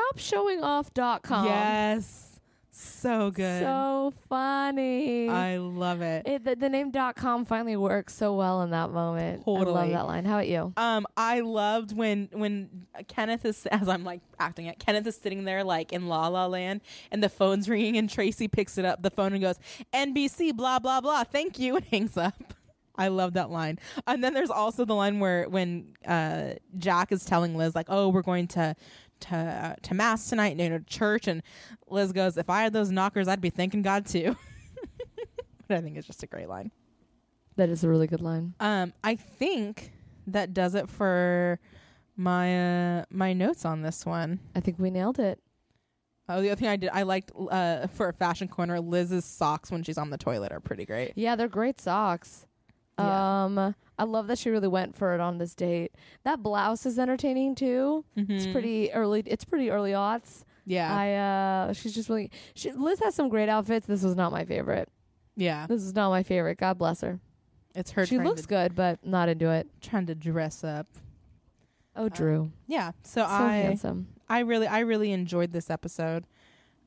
C: stopshowingoff.com."
B: Yes. So good.
C: So funny.
B: I love it.
C: It, the, the name dot com finally works so well in that moment. I love
B: Totally.
C: that line. How about you?
B: Um, I loved when when Kenneth is as I'm like acting it. Kenneth is sitting there like in La La Land, and the phone's ringing, and Tracy picks it up the phone and goes NBC blah blah blah. Thank you, and hangs up. I love that line. And then there's also the line where when uh, Jack is telling Liz like, "Oh, we're going to." To, uh, to mass tonight and you know, to church and Liz goes if I had those knockers I'd be thanking God too but I think it's just a great line
C: That is a really good line.
B: um, I think that does it for my uh, my notes on this one.
C: I think we nailed it.
B: Oh, the other thing I did, I liked uh, for a fashion corner, Liz's socks when she's on the toilet are pretty great.
C: Yeah, they're great socks.
B: Yeah.
C: Um, I love that she really went for it on this date. That blouse is entertaining too. It's pretty early. It's pretty early aughts.
B: Mm-hmm. Yeah,
C: I uh, she's just really. She, Liz has some great outfits. This was not my favorite.
B: yeah,
C: This is not my favorite. God bless her.
B: it's her.
C: she
B: trying
C: looks
B: to,
C: good, but not into it.
B: trying to dress up.
C: Oh, Drew,
B: Yeah, so,
C: so
B: I
C: handsome.
B: I really I really enjoyed this episode.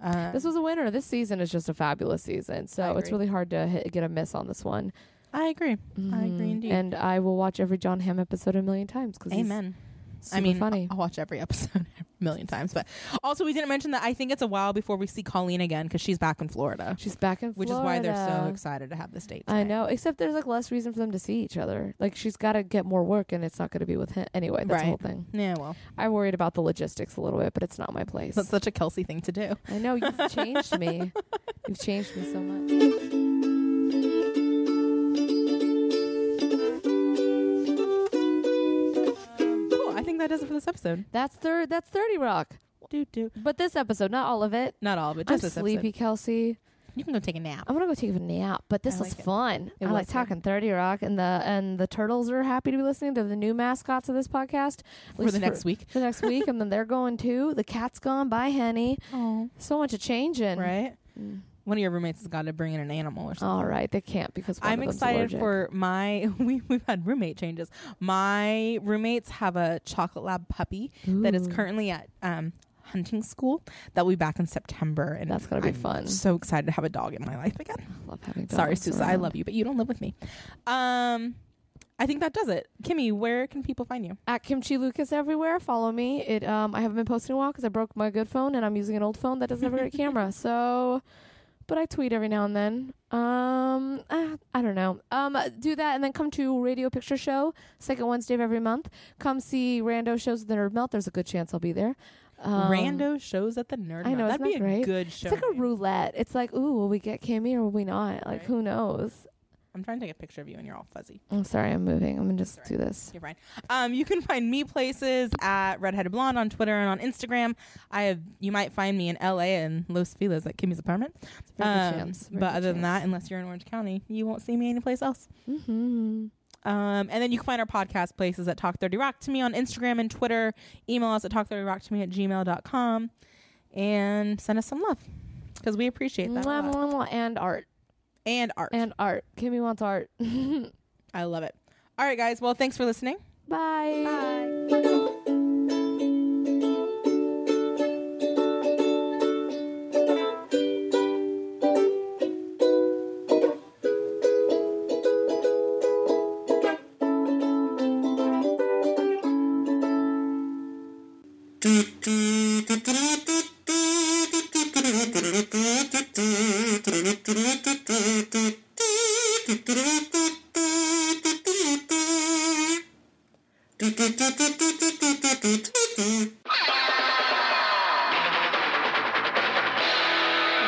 B: Uh,
C: This was a winner. This season is just a fabulous season. So it's
B: agree.
C: really hard to hit, get a miss on this one.
B: I agree. I
C: Mhm.
B: agree indeed.
C: And I will watch every John Hamm episode a million times because
B: Amen.
C: Super
B: I mean, uh,
C: funny.
B: I'll watch every episode a million times. But also, we didn't mention that I think it's a while before we see Colleen again because she's back in Florida.
C: She's back in
B: which is why they're so
C: Florida.
B: excited to have this date.
C: I
B: tonight.
C: know. Except there's like less reason for them to see each other. Like she's got to get more work, and it's not going to be with him anyway. That's the whole
B: Right.
C: thing.
B: Yeah, well,
C: I worried about the logistics a little bit, but it's not my place.
B: that's such a Kelsey thing to do.
C: I know you've changed me. You've changed me so much.
B: Cool. I think that does it for this episode.
C: That's third. That's Thirty Rock.
B: Do do.
C: But this episode, not all of it.
B: Not all, but
C: I'm
B: just this
C: sleepy, Kelsey.
B: episode. You can go take a nap.
C: I'm gonna go take a nap. But this
B: I
C: was
B: like it.
C: fun.
B: It
C: I like
B: was good.
C: talking Thirty Rock, and the and the turtles are happy to be listening to the new mascots of this podcast At
B: For
C: least
B: the next week.
C: For the next week, and then they're going too. The cat's gone. Bye, Henny.
B: Oh,
C: So much a changing.
B: right.
C: Mm.
B: One of your roommates has got to bring in an animal or something.
C: All right, they can't because one
B: I'm
C: of them's
B: excited
C: allergic.
B: for my. We we've had roommate changes. My roommates have a chocolate lab puppy that is
C: Ooh.
B: currently at um, hunting school. That will be back in September, and
C: That's gonna be
B: I'm
C: fun.
B: So excited to have a dog in my life again.
C: Love having
B: Sorry,
C: dogs
B: Susa, I
C: around.
B: love you, but you don't live with me. Um, I think that does it. Kimmy, where can people find you?
C: at Kimchi Lucas everywhere. Follow me. It um I haven't been posting in a while because I broke my good phone and I'm using an old phone that doesn't have a great camera. So, but I tweet every now and then. Um, ah, I don't know. Um, do that and then come to Radio Picture Show second Wednesday of every month. Come see rando shows at the Nerd Melt. There's a good chance I'll be there. Um,
B: Rando shows at the Nerd.
C: I know,
B: Mart.
C: isn't
B: that'd be a
C: that great?
B: good show.
C: It's like a
B: name.
C: roulette. It's like, ooh, will we get Kimmy or will we not? Like,
B: Right.
C: who knows?
B: I'm trying to take a picture of you, and you're all fuzzy.
C: I'm sorry, I'm moving. I'm gonna just
B: That's all
C: do this.
B: You're fine. Um, you can find me places at Redheaded Blonde on Twitter and on Instagram. I have. You might find me in L.A. and Los Feliz at Kimmy's apartment.
C: a very good
B: Um,
C: chance. Very
B: but
C: good
B: other than
C: chance.
B: that, unless you're in Orange County, you won't see me anyplace else.
C: Mm-hmm.
B: Um, and then you can find our podcast places at Talk 30 Rock to me on Instagram and Twitter. Email us at talk30rock to me at gmail.com and send us some love because we appreciate that. a
C: Mwah,
B: lot.
C: mwah, mwah, and art.
B: And art.
C: And art. Kimmy wants art.
B: I love it. All right, guys. Well, thanks for listening.
C: Bye.
B: Bye.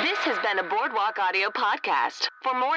A: This has been a Boardwalk Audio podcast. For more